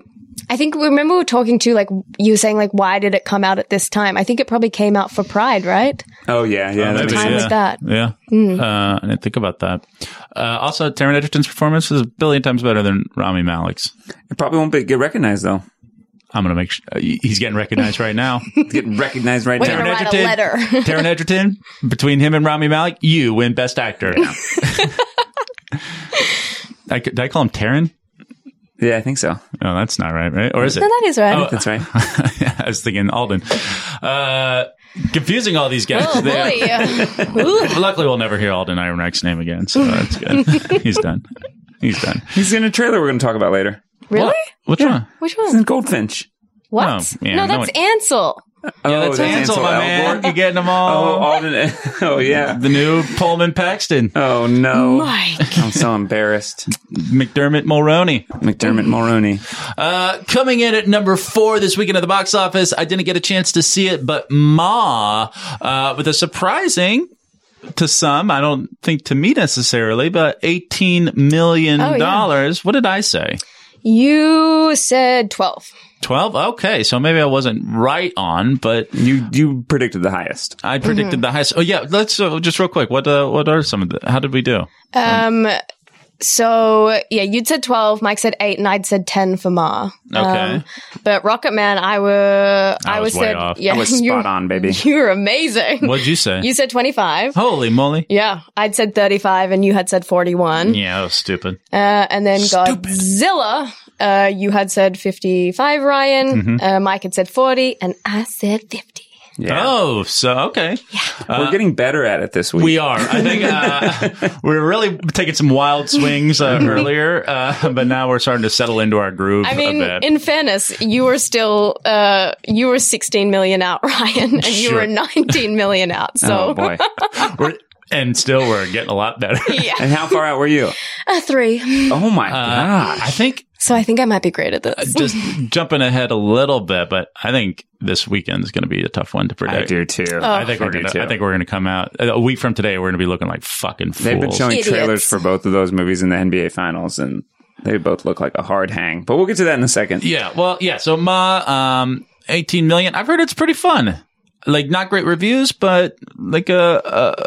I think remember we were talking to like you were saying like why did it come out at this time? I think it probably came out for Pride, right?
oh yeah, yeah. that
Maybe,
makes
time
sense.
with that. Mm.
Yeah. Uh, I didn't think about that. Uh, also, Taron Edgerton's performance is a billion times better than Rami Malek's.
It probably won't be, get recognized though.
I'm going to make sure he's getting recognized right now.
It's getting recognized right
We're
now.
gonna write a
Edgerton.
letter.
Taron Edgerton, between him and Rami Malek, you win Best Actor. I, could- did I call him Taron?
Yeah, I think so.
Oh, that's not right, right? Or is it?
no, that is right.
Oh,
That's right.
I was thinking Alden. Uh, confusing all these guys.
Oh
They-
boy. Ooh.
Luckily, we'll never hear Alden Ehrenreich's name again, so that's good. he's done. He's done.
He's in a trailer we're going to talk about later.
Really?
Which one?
Which
He's in
one?
Goldfinch.
What?
oh, yeah,
no,
no
that's Ansel.
oh,
that's Ansel, my man.
Elgort.
You're getting them
Oh,
all.
Alden. Oh, yeah.
The new Pullman Paxton,
Oh, no.
Mike.
I'm so embarrassed.
McDermott Mulroney.
McDermott Mulroney.
Uh, coming in at number four this weekend at the box office. I didn't get a chance to see it, but Ma, uh, with a surprising to some. I don't think to me necessarily, but eighteen million
Oh, yeah.
dollars. What did I say?
You said 12.
Twelve. Okay, so maybe I wasn't right on, but
You you predicted the highest.
I
Mm-hmm.
predicted the highest. Oh yeah, let's uh, just real quick. What uh, what are some of the? How did we do?
Um, so yeah, you'd said 12, Mike said 8, and I'd said 10 for Ma.
Okay.
Um, but Rocket Man, I were, I,
was
was
way
said,
off.
yeah,
I was
you-
spot on, baby.
You were amazing.
What'd you say?
You said 25.
Holy moly!
Yeah, I'd said 35 and you had said 41.
Yeah, that was stupid.
Uh, and then Godzilla, uh, you had said 55, Ryan.
Mm-hmm.
Uh, Mike had said 40, and I said 50.
Yeah.
Oh, so okay.
We're getting better at it this week.
Uh, We are. I think uh, we we're really taking some wild swings uh, earlier, uh, but now we're starting to settle into our groove
I
a
mean,
bit.
in fairness, you were still, uh, you were 16 million out, Ryan, and you
Sure.
were 19 million out.
Oh
So,
boy!
We're- and still, we're getting a lot better.
and how far out were you?
a three.
Oh my
Uh,
god!
I think uh,
So I think I might be great at this.
just jumping ahead a little bit, but I think this weekend is going to be a tough one to
I
predict.
do too.
I think we're
I do
gonna.
too.
I think we're gonna come out a week from today. We're gonna be looking like fucking fools.
They've been showing
Idiots.
trailers for both of those movies in the NBA Finals, and they both look like a hard hang. But we'll get to that in a second.
Yeah. Well, yeah. So Ma, um, 18 million. I've heard it's pretty fun. Like not great reviews, but like a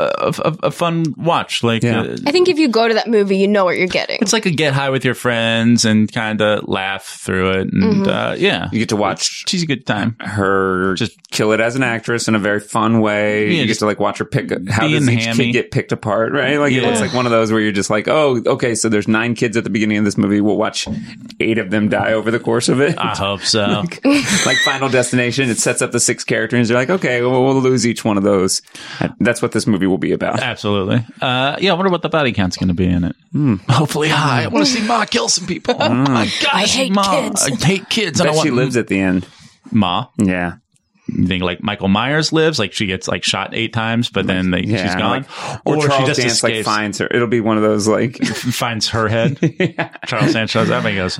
a, a, a- a fun watch. Like
Yeah.
uh,
I think if you go to that movie, you know what you're getting.
it's like a get high with your friends and kind of laugh through it.
Mm-hmm.
And uh, yeah,
You get to watch
she's a good time.
her just kill it as an actress in a very fun way.
Yeah,
you get
just
to like watch her pick. How
being
does each
hammy.
kid get picked apart? Right? Like it
Yeah.
looks like one of those where you're just like, oh, okay, so there's nine kids at the beginning of this movie. We'll watch eight of them die over the course of it.
I hope so.
like Final Destination, it sets up the six characters. You're like, okay, well, we'll lose each one of those. That's what this movie will be about.
Absolutely. Uh, yeah, I wonder what the body count's going to be in it.
Hmm.
Hopefully high. I want to see Ma kill some people. Oh my gosh,
I hate
Ma.
kids.
I hate kids. I
But
don't
Hmm. she
want
lives at the end.
Ma.
Yeah.
You think like Michael Myers lives, like she gets like shot eight times, but then like,
Yeah,
she's gone,
like- or, Charles Dance like finds her. It'll be one of those like
finds her head. Charles Dance shows up and he goes,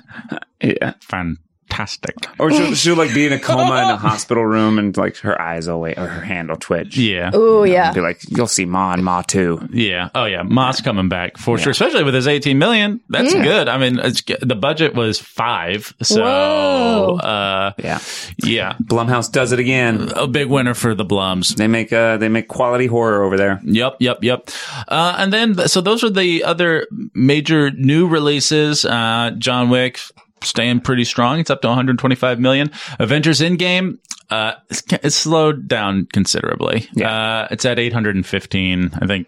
yeah,
fantastic.
or she'll, she'll like be in a coma in a hospital room and like her eyes will wait or her hand will twitch.
Yeah,
Oh,
And
yeah.
be like, you'll see Ma and Ma too.
yeah. Oh yeah, Moss coming back for sure, especially with his eighteen million. That's good. I mean, it's, the budget was five, so
Whoa.
uh,
Yeah,
yeah,
Blumhouse does it again.
a big winner for the Blums.
They make uh they make quality horror over there.
Yep, yep, yep. Uh, and then, th- so those are the other major new releases. Uh, John Wick staying pretty strong. It's up to 125 million. Avengers Endgame, uh, it's, ca- it's slowed down considerably. Uh, it's at 815, I think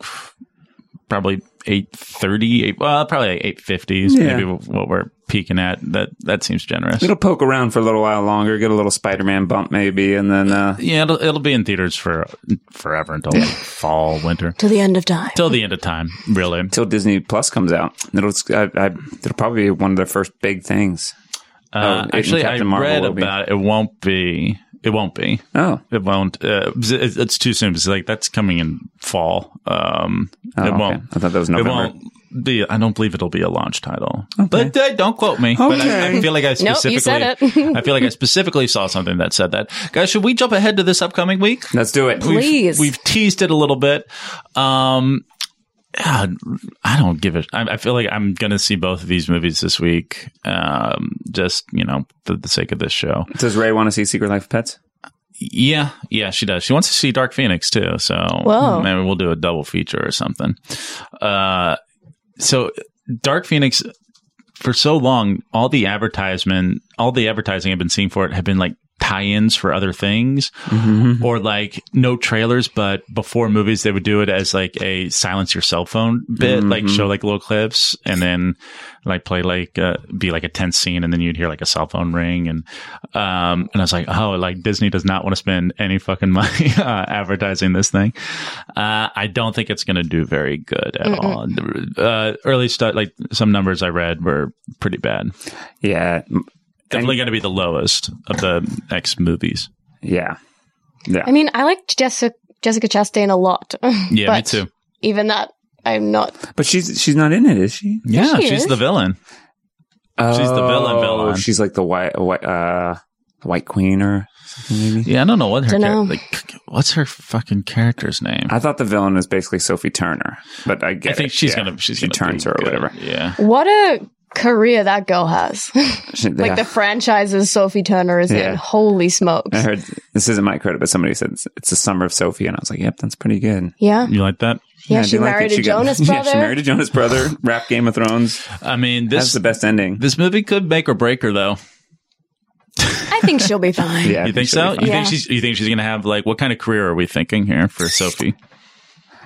probably 830, eight- well, probably 850 is
Yeah.
maybe what we're peaking at. That, that seems generous.
It'll poke around for a little while longer, get a little Spider Man bump maybe, and then uh
yeah, it'll, it'll be in theaters for forever until fall, winter,
To the end of time.
till the end of time, really.
till Disney Plus comes out, it'll I, I, it'll probably be one of their first big things. Oh,
Uh,
it-
actually, I
Captain Marvel
read
will be.
about it. It won't be. It won't be.
Oh,
It won't. Uh, it's, it's too soon. It's like that's coming in fall. Um,
Oh,
it
okay.
won't.
I thought that was
It
November.
won't be. I don't believe it'll be a launch title. But uh, don't quote me. But I, I
Okay.
feel like I
Nope,
specifically.
you said it.
I feel like I specifically saw something that said that. Guys, should we jump ahead to this upcoming week?
Let's do it.
Please.
We've, we've teased it a little bit. Um, God, I don't give it. I, I feel like I'm going to see both of these movies this week. Um, just you know, for the sake of this show.
Does Ray want to see Secret Life of Pets?
Yeah, yeah, she does. She wants to see Dark Phoenix too. So
Whoa.
maybe we'll do a double feature or something. Uh, so Dark Phoenix for so long, all the advertisement, all the advertising I've been seeing for it have been like tie-ins for other things or like no trailers but before movies they would do it as like a silence your cell phone bit like show like little clips and then like play like uh, be like a tense scene and then you'd hear like a cell phone ring and um and I was like oh like Disney does not want to spend any fucking money uh, advertising this thing uh, I don't think it's going to do very good at all uh, early stuff like some numbers I read were pretty bad
Yeah, m-
definitely going to be the lowest of the X movies
yeah, yeah.
I mean, I liked Jessica, Jessica Chastain a lot.
yeah me
But
too
Even that, I'm not.
but she's she's not in it, is she?
yeah
she
she's
is.
the villain
Oh,
the villain villain.
She's like the white, white uh, the White Queen or something maybe.
Yeah, I don't know what her
Dunno.
char- like. What's her fucking character's name?
I thought the villain was basically Sophie Turner, but I
I
get
think
it.
she's
Yeah.
gonna she's
she
gonna
turns
be
her or
good.
whatever.
Yeah.
What a career that girl has.
She-
like the franchises Sophie Turner is
Yeah. Uh-huh.
in. Holy
I
smokes.
heard this isn't my credit, but somebody said it's, it's the summer of Sophie, and I was like, "Yep, that's pretty good."
Yeah.
You like that?
Yeah,
I
she
do like
married
that
a
she got-
Jonas
Yeah, she
brother.
married a Jonas brother. Rap Game of Thrones.
I mean
That's
this
the best ending.
this movie could make or break her though.
I think she'll be fine.
yeah, I
you think
she'll
so?
be fine.
You
Yeah.
think she's you think she's gonna have like what kind of career are we thinking here for Sophie?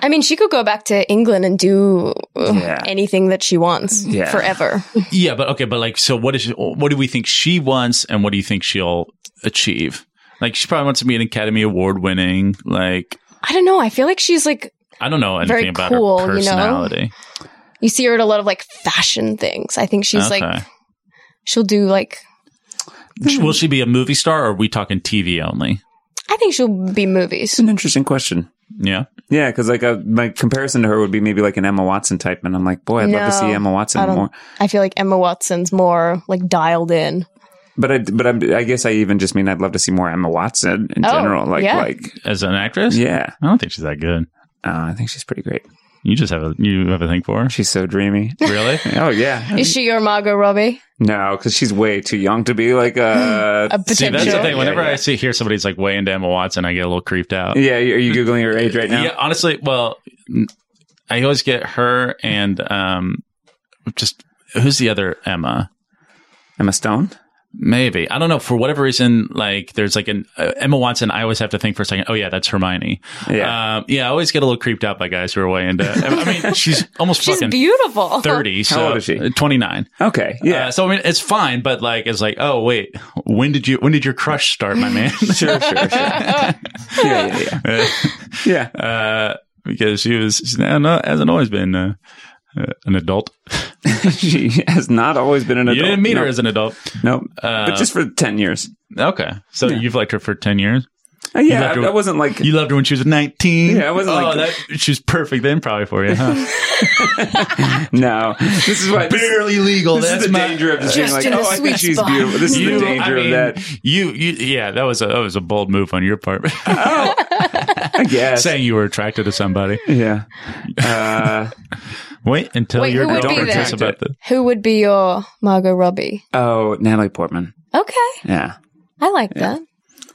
I mean, she could go back to England and do uh,
Yeah.
anything that she wants
Yeah.
forever.
yeah, but okay, but like so what is she, what do we think she wants and what do you think she'll achieve? Like she probably wants to be an Academy Award winning, like
I don't know. I feel like she's like,
I don't know
Very
anything about
cool, you
her
know?
personality.
you see her at a lot of like fashion things. I think she's
okay.
like, she'll do like,
Will she be a movie star or are we talking TV only?
I think she'll be movies.
It's an interesting question.
Yeah.
Yeah, because like a, my comparison to her would be maybe like an Emma Watson type, and I'm like, boy, I'd love to
No,
see Emma
I
Watson
don't-
more.
I feel like Emma Watson's more like dialed in.
But I, but I, I guess I even just mean I'd love to see more Emma Watson in
Oh,
general. Like
yeah.
like
As an actress?
yeah,
I don't think she's that good.
uh, I think she's pretty great.
You just have a you have a thing for her.
She's so dreamy.
Really?
Oh yeah,
Is she your Margot Robbie?
no, because she's way too young to be like uh, a.
A
See,
potential.
that's the
Sure.
thing. Whenever
Yeah, yeah.
I see hear somebody's like way into Emma Watson, I get a little creeped out.
yeah, are you googling your age right now?
Yeah, honestly, well, I always get her and um, just who's the other Emma?
Emma Stone.
Maybe I don't know. For whatever reason, like there's like an uh, Emma Watson. I always have to think for a second. Oh yeah, that's Hermione.
Yeah.
um, yeah. I always get a little creeped out by guys who are way into. I mean, she's almost
She's
fucking
beautiful.
thirty. So
old is she?
Twenty nine.
okay. Yeah.
Uh, so I mean, it's fine, but like, it's like, oh wait, when did you when did your crush start, my man?
sure. Sure. Sure. yeah. Yeah. Yeah. Yeah.
uh, because she was she hasn't always been uh, uh, an adult.
she has not always been an adult.
Uh, You didn't meet her
Nope.
as an adult.
Nope.
Uh,
but just for 10 years.
Okay, so you've liked her for ten years.
Uh, yeah,
left her-
that wasn't like.
You loved her when she was nineteen.
Yeah, I wasn't
oh,
like-
that, she was perfect then, probably for you. Huh?
no. This is why. This,
Barely legal.
this
that's
is the
my-
danger of just being
Just
like,
in the
oh, I think
sweet
she's
spot."
beautiful. This is
You-
the danger
I mean,
of that.
You, you, yeah, that was a that was a bold move on your part,
I guess.
saying you were attracted to somebody.
Yeah. Uh,
Wait until
Wait,
you're
who would
done
be
with this
there?
about this.
Who would be your Margot Robbie?
oh, Natalie Portman.
Okay.
Yeah.
I like that.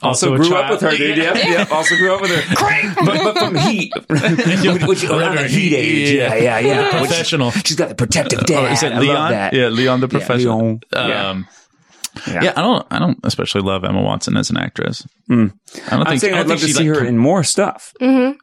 Also,
a
grew
child.
up with her, dude. Yeah. yeah. Also grew up with her. Great. But, but from heat. which, which, around the heat age. Yeah, yeah, yeah. Which-
Professional.
she's got the protective dad.
Oh, is it
I
Leon?
love that.
Yeah, Leon the
Yeah,
professional.
Leon. Yeah.
Um,
Yeah.
yeah. I don't. I don't especially love Emma Watson as an actress. I don't
I'm
think.
saying
I
I'd
don't
love
think
to
she
see
like,
her in more stuff.
to-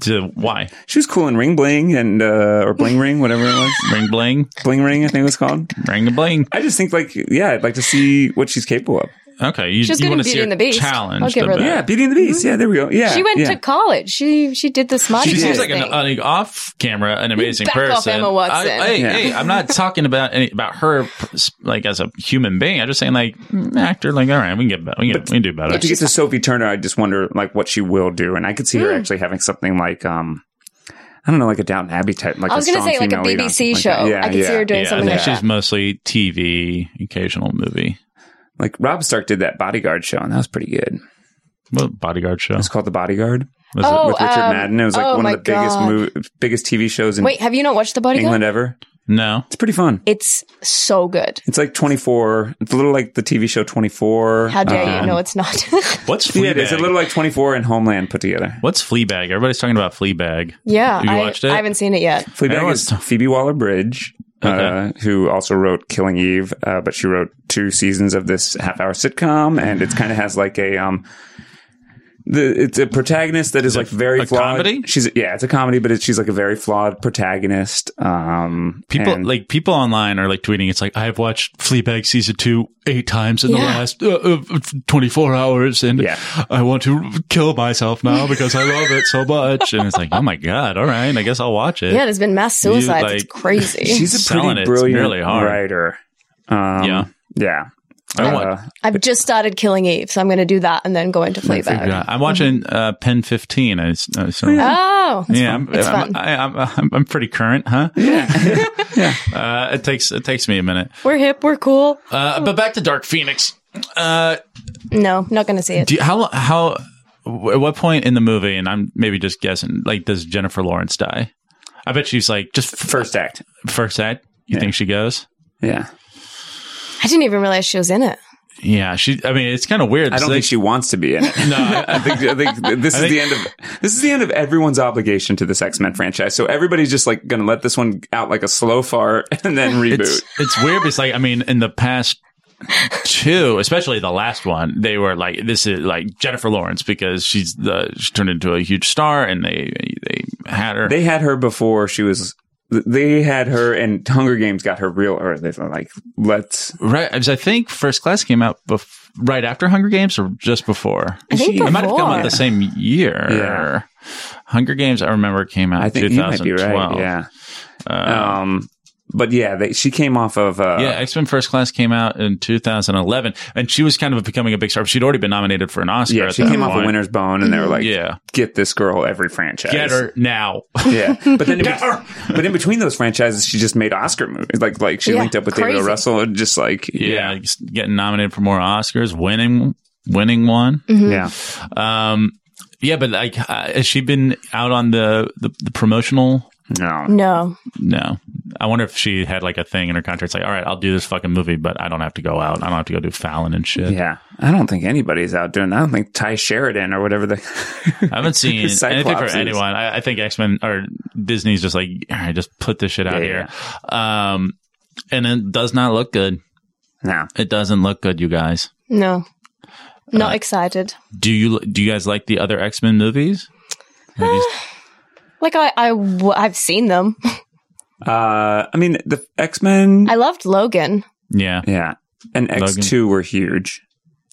to- why
She was cool in Ring Bling and uh, or Bling Ring, whatever it was.
ring bling,
Bling Ring, I think it was called.
ring a bling.
I just think like yeah, I'd like to see what she's capable of.
Okay, you,
She's
you
good
want to
in
see
Beauty
her
and the Beast.
challenged
I'll give
a
her
bit.
that.
Yeah, Beauty and the Beast. Yeah, there we go. Yeah,
She went
yeah.
to college. She she did the smart
She seems
thing.
like an, an off camera, an amazing
back off,
person.
Emma Watson.
I, hey,
Yeah.
hey, I'm not talking about any, about her like as a human being. I'm just saying like mm, actor. Like, all right, we can get better. We can, we can do better.
But to get to Sophie Turner, I just wonder like what she will do, and I could see
Hmm.
her actually having something like um, I don't know, like a Downton Abbey type. Like
I was
going
gonna
to
say, like, a BBC show. I could see her doing
yeah, I
something
think
like
she's
that.
mostly TV, occasional movie,
Like Rob Stark did that Bodyguard show, and that was pretty good.
well, bodyguard show.
It's called The Bodyguard
Was it-
Oh,
with Richard
um,
Madden. It was like
oh
one
my
of the biggest
God.
mov- biggest TV shows in
Wait, have you not watched The Bodyguard?
England ever.
No.
It's pretty fun.
It's so good.
It's like 24. It's a little like the TV show 24.
How dare
Um,
Uh-huh.
you? No, it's not.
What's
Yeah,
Fleabag?
it is. A little like 24 and Homeland put together.
What's Fleabag? Everybody's talking about Fleabag.
yeah,
You
I,
watched it?
I haven't seen it yet.
Fleabag
Everyone's
is
t-
Phoebe Waller-Bridge, uh,
Okay.
who also wrote Killing Eve, uh, but she wrote two seasons of this half-hour sitcom, and it kind of has like a um, the it's a protagonist that is, like very
a
flawed.
comedy?
She's yeah, it's a comedy, but it, she's like a very flawed protagonist. Um,
People
and-
like people online are like tweeting. It's like I've watched Fleabag season two eight times in the
Yeah.
last uh, uh, twenty four hours, and
Yeah.
I want to kill myself now because I love it so much. And it's like, oh my god, all right, I guess I'll watch it.
Yeah, there's been mass suicides. it's
like-
crazy.
she's a
selling it.
pretty
It's
brilliant
really hard.
writer. Um,
Yeah.
yeah. Uh,
I want-
I've just started Killing Eve, so I'm going to do that and then go into Fleabag.
Yeah, I'm watching uh, Pen Fifteen. I, s- I sort of-
Oh,
yeah, I'm,
It's
I'm,
fun.
I, I'm, I'm, I'm pretty current, huh? Yeah, Uh, it takes it takes me a minute.
we're hip. We're cool.
Uh, but back to Dark Phoenix. Uh,
No, not going to see it.
Do you, how how at what point in the movie? And I'm maybe just guessing. Like, does Jennifer Lawrence die? I bet she's like just f-
First act.
first act. You
Yeah.
think she goes?
Yeah.
I didn't even realize she was in it.
Yeah, she. I mean, it's kind of weird.
I don't
It's
think she wants to be in it.
like- no,
I think, I think this is
think-
the end of this is the end of everyone's obligation to this X Men franchise. So everybody's just like going to let this one out like a slow fart and then reboot.
it's it's weird. Because like, I mean, in the past two, especially the last one, they were like, this is like Jennifer Lawrence because she's the she turned into a huge star, and they they had her.
they had her before she was. They had her, and Hunger Games got her real early. They're like, let's.
Right, because I think First Class came out bef- right after Hunger Games or just before.
I think
She-
before.
it
It might have come out the same year.
Yeah.
Hunger Games, I remember, came out
I think you might be
2012.
right. Yeah.
Uh,
Um. But yeah, they, she came off of. Uh,
yeah, X Men First Class came out in 2011, and she was kind of becoming a big star. She'd already been nominated for an Oscar.
Yeah,
at
she
that
came off
point.
of Winner's Bone, and they were like,
Yeah,
"Get this girl every franchise."
get her now.
Yeah, but then, in
Get her!
bet- but in between those franchises, she just made Oscar movies. Like, like she
Yeah,
linked up with David O.
crazy.
Russell, and just like,
yeah, just getting nominated for more Oscars, winning, winning one.
Mhm.
yeah.
Um, yeah, but like, uh, has she been out on the the, the promotional?
No,
No.
No, I wonder if she had like a thing in her contract. It's like, all right, I'll do this fucking movie, but I don't have to go out. I don't have to go do Fallon and shit.
yeah. I don't think anybody's out doing. that. I don't think Ty Sheridan or whatever the.
I haven't seen anything
Cyclops
for
is-
anyone. I, I think X Men or Disney's just like, all right, just put this shit out
Yeah,
here. Um, and it does not look good.
No,
It doesn't look good, you guys.
No.
Uh,
Not excited.
Do you do you guys like the other X Men movies? Have you-
Like I, I w- I've seen them.
uh, I mean the X Men.
I loved Logan.
yeah,
Yeah, and
Logan.
X two were huge.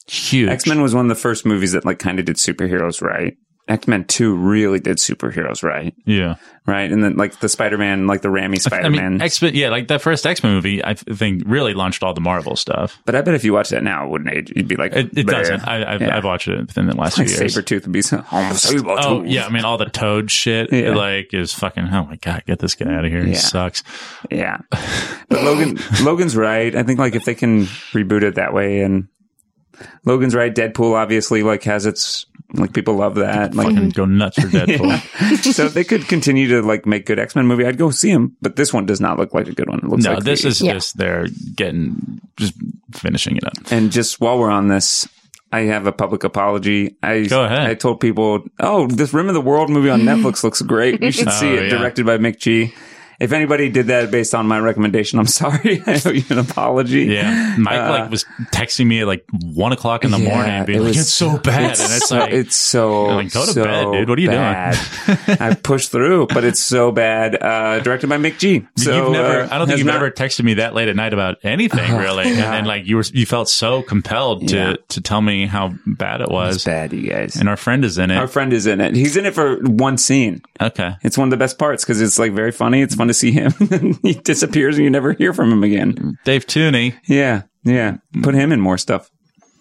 huge.
X Men was one of the first movies that like kind of did superheroes right. X Men two really did superheroes right,
Yeah,
right? And then like the Spider Man, like the Rami
I
Spider Man.
mean, X Men. Yeah, like that first X Men movie. I think really launched all the Marvel stuff.
But I bet if you watch that now, it wouldn't age. You'd be like, uh,
It, it
"Bleh."
doesn't. I, I've,
Yeah.
I've watched it within the last
Like
few years.
Sabretooth would be so. Oh,
Oh
Sabretooth.
yeah, I mean all the Toad shit.
Yeah.
Like is fucking. Oh my god, get this guy out of here. He
Yeah.
sucks.
Yeah. But Logan, Logan's right. I think like if they can reboot it that way and Logan's right. Deadpool obviously like has its, like people love that. Like,
Fucking go nuts for Deadpool.
so if they could continue to like make good X-Men movie, I'd go see him. But this one does not look like a good one. It looks
No,
like
this
the-
is
Yeah.
just they're getting just finishing it up.
And just while we're on this, I have a public apology. I
Go ahead.
I told people, oh, this Rim of the World movie on Netflix looks great. You should see
Oh,
it.
yeah.
Directed by Mick G. If anybody did that based on my recommendation, I'm sorry. I owe you an apology.
Yeah, Mike
Uh,
like was texting me at like one o'clock in the
yeah,
morning, and being
it
like,
was-
"It's so bad,"
It's
and it's
so,
like,
it's so
You're like, go to
so
bed, dude. What are you doing?
bad. I pushed through, but it's so bad. Uh, directed by Mick G. So
you've never.
uh,
I don't think
has
you've
not- Uh-huh.
ever texted me that late at night about anything really, and then like you were you felt so compelled to
Yeah.
to tell me how bad it
It's
was.
bad, you guys.
And our friend is in it.
Our friend is in it. He's in it for one scene.
okay.
It's one of the best parts because it's like very funny. It's fun to see him. he disappears and you never hear from him again.
Dave Tooney.
Yeah, yeah. Put him in more stuff.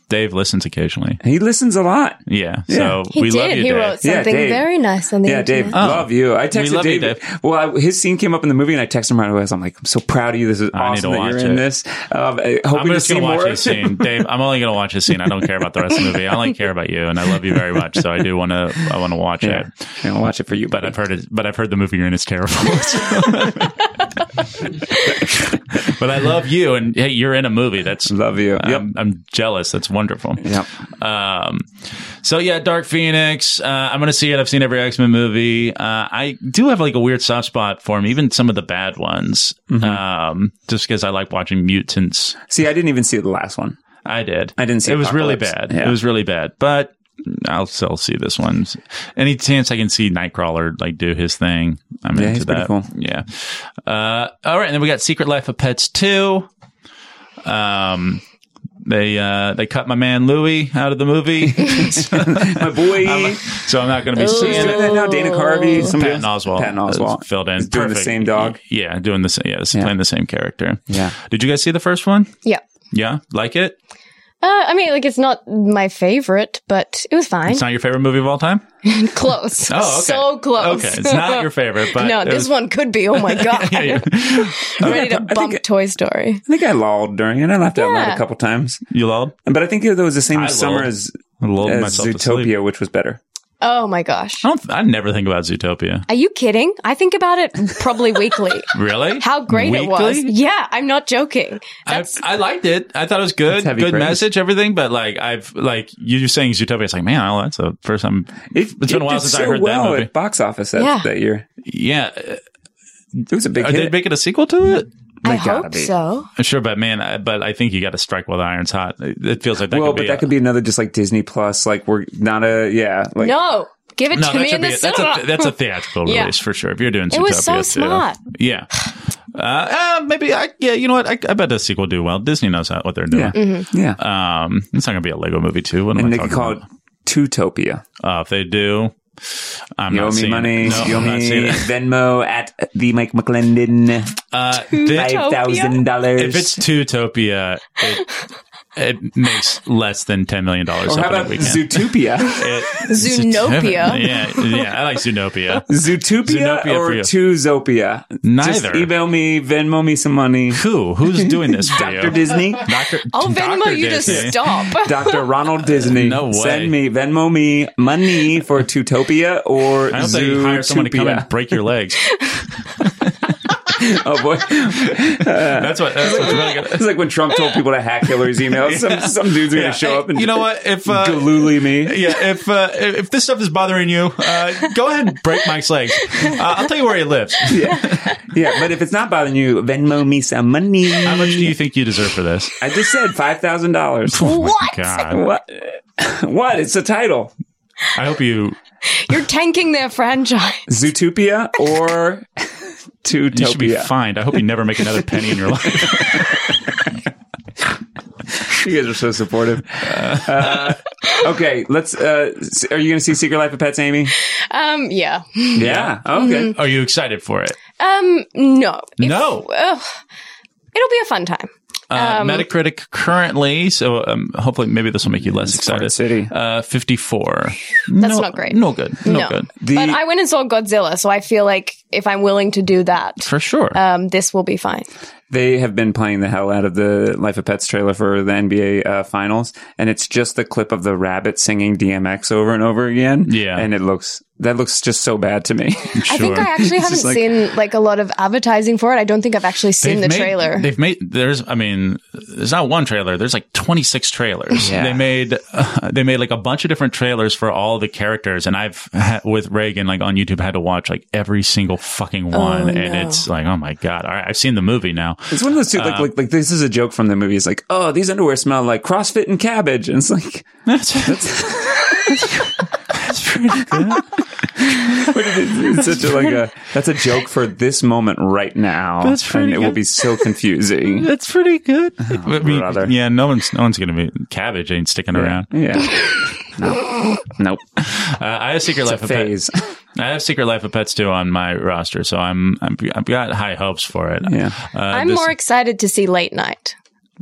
Dave listens occasionally.
He listens a lot.
Yeah. So
He
we
did.
love you,
he
Dave.
wrote
Yeah,
something
Dave.
very nice on the
Yeah,
internet.
Dave, love you. I texted
love you,
Dave. Well, I, his scene came up in the movie, and I texted him right away. I was I'm like, I'm so proud of you. This is
I need
awesome
to
that you're
watch
in
it.
this. Um, I-
I'm
hoping to
just
see
gonna watch
more.
his scene, Dave. I'm only gonna watch his scene. I don't care about the rest of the movie. I only care about you, and I love you very much. So I do want to. I want to watch
yeah,
it.
I'll watch it for you.
But
buddy.
I've heard it. But I've heard the movie you're in is terrible. but I love you, and hey, you're in a movie. That's
love you.
I'm,
Yep.
I'm jealous. That's wonderful.
Yep.
Um, so yeah, Dark Phoenix. Uh, I'm gonna see it. I've seen every X Men movie. Uh, I do have like a weird soft spot for him, even some of the bad ones.
Mm-hmm.
Um, just because I like watching mutants.
See, I didn't even see the last one.
I did.
I didn't see
it. was really
Apocalypse.
bad.
Yeah.
It was really bad. But I'll still see this one. Any chance I can see Nightcrawler like do his thing? I'm
Yeah,
into
he's pretty
that.
cool.
Yeah. Uh, all right, and then we got Secret Life of Pets two. Um, they uh, they cut my man Louie out of the movie,
My boy.
so I'm not going to be
Who's
seeing
doing
it.
that now? Dana Carvey. Somebody
Patton
else?
Oswald.
Patton Oswald.
filled in.
He's doing the
Perfect.
same dog.
Yeah, doing the same. Yeah, this-
Yeah.
playing the same character.
Yeah.
Did you guys see the first one?
Yeah.
Yeah, like it.
Uh, I mean, like it's not my favorite, but it was fine.
It's not your favorite movie of all time?
close.
Oh, okay.
So close.
Okay, it's not your favorite, but
no,
it
this
was-
one could be. Oh my god!
Yeah, you,
I'm ready to
I think
bump
it-
Toy Story.
I think I lolled during it. I laughed out loud
Yeah.
a couple times,
you lulled?
but I think it was the same
I
summer
lulled.
as,
I lulled
as
myself to sleep.
Zootopia, which was better.
Oh my gosh!
I don't. I never think about Zootopia.
Are you kidding? I think about it probably weekly.
Really?
How great it was!
Weekly?
Yeah, I'm not joking.
I, I liked it. I thought it was good.
That's heavy
Good
praise.
message, everything. But like, I've like you saying Zootopia. It's like, man, oh, that's the first time.
It,
It's been a while
did
since I heard that
well
movie.
at box office that,
Yeah.
that year.
Yeah, uh,
It was a big
are they
hit.
making a sequel to it?
They
I
gotta
hope
be.
so.
I'm sure, but man, I, but I think you got to strike while the iron's hot. It, it feels like that.
well,
could
but
be
that
a-
could be another just like Disney Plus. Like we're not a yeah. Like
no, give it
no,
to
that
me
should
in the
be a, that's,
cinema.
a, that's a theatrical
Yeah.
release for sure. If you're doing Zootopia,
It was so
too.
smart.
Yeah. Uh, uh, maybe I, yeah, you know what? I, I bet the sequel will do well. Disney knows how, what they're doing.
yeah,
Mm-hmm.
yeah.
Um, it's not gonna be a Lego movie too. What am I
and they could
talking
call it
about?
Tutopia.
Uh, if they do, I'm
You
not
owe me
seeing
money.
It. No,
you owe
I'm not
me
seeing it.
Venmo at the Mike McClendon
Uh, thi-
five thousand dollars.
if it's Tutopia, it, it makes less than ten million dollars
or how about
opening weekend.
Zootopia?
It-
Zootopia.
Yeah, yeah. I like Zootopia.
Zootopia,
Zootopia
or
for you.
Tuzopia? Just
Neither.
email me, Venmo me some money.
Who? Who's doing this for you?
Dr. Disney,
Doctor.
I'll Oh, Venmo you to stop.
Dr. Ronald Disney.
No way.
Send me, Venmo me money for Tutopia or
I don't think you hire someone to come and
Zootopia.
break your legs.
Oh boy.
That's what. That's what's really good.
It's like when Trump told people to hack Hillary's emails. Some, some dudes are going to show up and
you know what? If uh,
galooly me.
yeah, if uh, if this stuff is bothering you, uh, go ahead and break Mike's legs. Uh, I'll tell you where he lives.
Yeah, but if it's not bothering you, Venmo me some money.
How much do you think you deserve for this?
I just said $5,000.
Oh my
What?
God.
What? What? It's the title.
I hope you.
You're tanking their franchise.
Zootopia or Tutopia?
You should be fined. I hope you never make another penny in your life.
You guys are so supportive. Uh, okay, let's. Uh, s- are you going to see Secret Life of Pets, Amy?
Um, yeah.
Yeah. Okay.
Are you excited for it?
Um, no. If-
No.
Ugh. it'll be a fun time.
Uh,
Um,
Metacritic currently, so um, hopefully maybe this will make you less
Fart
excited.
City.
Uh, 54.
That's
No-
not great.
No good. No, good.
The-
but I went and saw Godzilla, so I feel like if I'm willing to do that,
For sure.
um, this will be fine.
They have been playing the hell out of the Life of Pets trailer for the NBA uh, Finals, and it's just the clip of the rabbit singing DMX over and over again.
Yeah.
and it looks that looks just so bad to me.
sure.
I think I actually haven't
just like-
seen like a lot of advertising for it. I don't think I've actually seen
They've
the
made-
trailer.
They've made there's I mean there's not one trailer. There's like 26 trailers.
Yeah.
They made uh, they made like a bunch of different trailers for all the characters and I've ha- with Reagan like on YouTube had to watch like every single fucking one, and
Oh, no.
it's like oh my god. All right, I've seen the movie now.
It's one of those two like, like like this is a joke from the movie. It's like, oh, these underwear smell like CrossFit and cabbage, and it's like,
That's, that's pretty good.
it's such a, like a that's a joke for this moment right now.
That's pretty
and it will
good.
be so confusing.
That's pretty good. I mean,
brother.
yeah, no one's no one's gonna be cabbage ain't sticking around.
Yeah. no. Nope.
Uh, I have Secret Life
It's a
of Pet-
phase.
I have Secret Life of Pets too on my roster, so I'm, I'm I've got high hopes for it.
Yeah.
uh,
I'm
this-
more excited to see Late Night.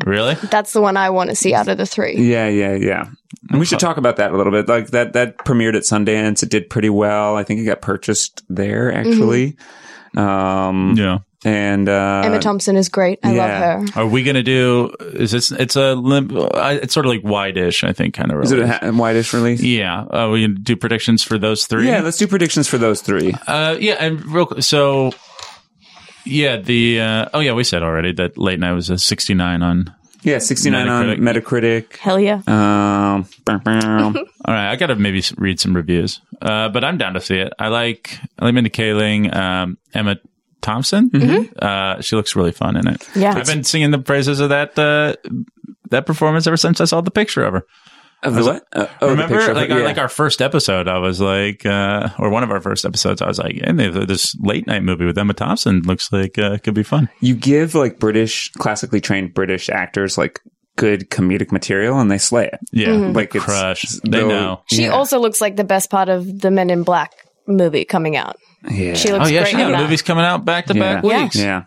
really.
That's the one I want to see out of the three.
Yeah, yeah, yeah. And we should talk about that a little bit. Like that that premiered at Sundance. It did pretty well. I think it got purchased there actually.
Mm-hmm.
Um
Yeah.
and uh
Emma Thompson is great. I
yeah.
love her.
Are we gonna do? Is this? It's a lim- I- It's sort of like wide-ish, I think, kind of.
is it a ha- whitish release?
yeah. Uh, we can do predictions for those three.
Yeah, let's do predictions for those three.
Uh, yeah. And real qu- so. Yeah. The uh, oh yeah, we said already that late night was a sixty-nine on.
Yeah, 69 on Metacritic.
Hell yeah.
Um, bam, bam.
All right, I gotta maybe s- read some reviews. Uh, but I'm down to see it. I like I like Mindy Kaling, um, Emma Thompson.
Mm-hmm.
Uh, she looks really fun in it.
Mm-hmm. Yeah.
I've been singing the praises of that uh, that performance ever since I saw the picture of her.
of the what? Uh, oh, the
Remember,
picture of
like,
her,
our,
yeah.
like our first episode, I was like, uh, or one of our first episodes, I was like, and this late night movie with Emma Thompson looks like uh, could be fun.
you give like British, classically trained British actors like good comedic material and they slay it.
Yeah,
Like it's
Mm-hmm. crush. They
they'll-
know.
She
yeah.
also looks like the best part of the Men in Black movie coming out.
yeah.
She
Oh
looks
yeah,
great.
she
in
got
that.
movies coming out back to back
Yeah.
weeks.
yeah.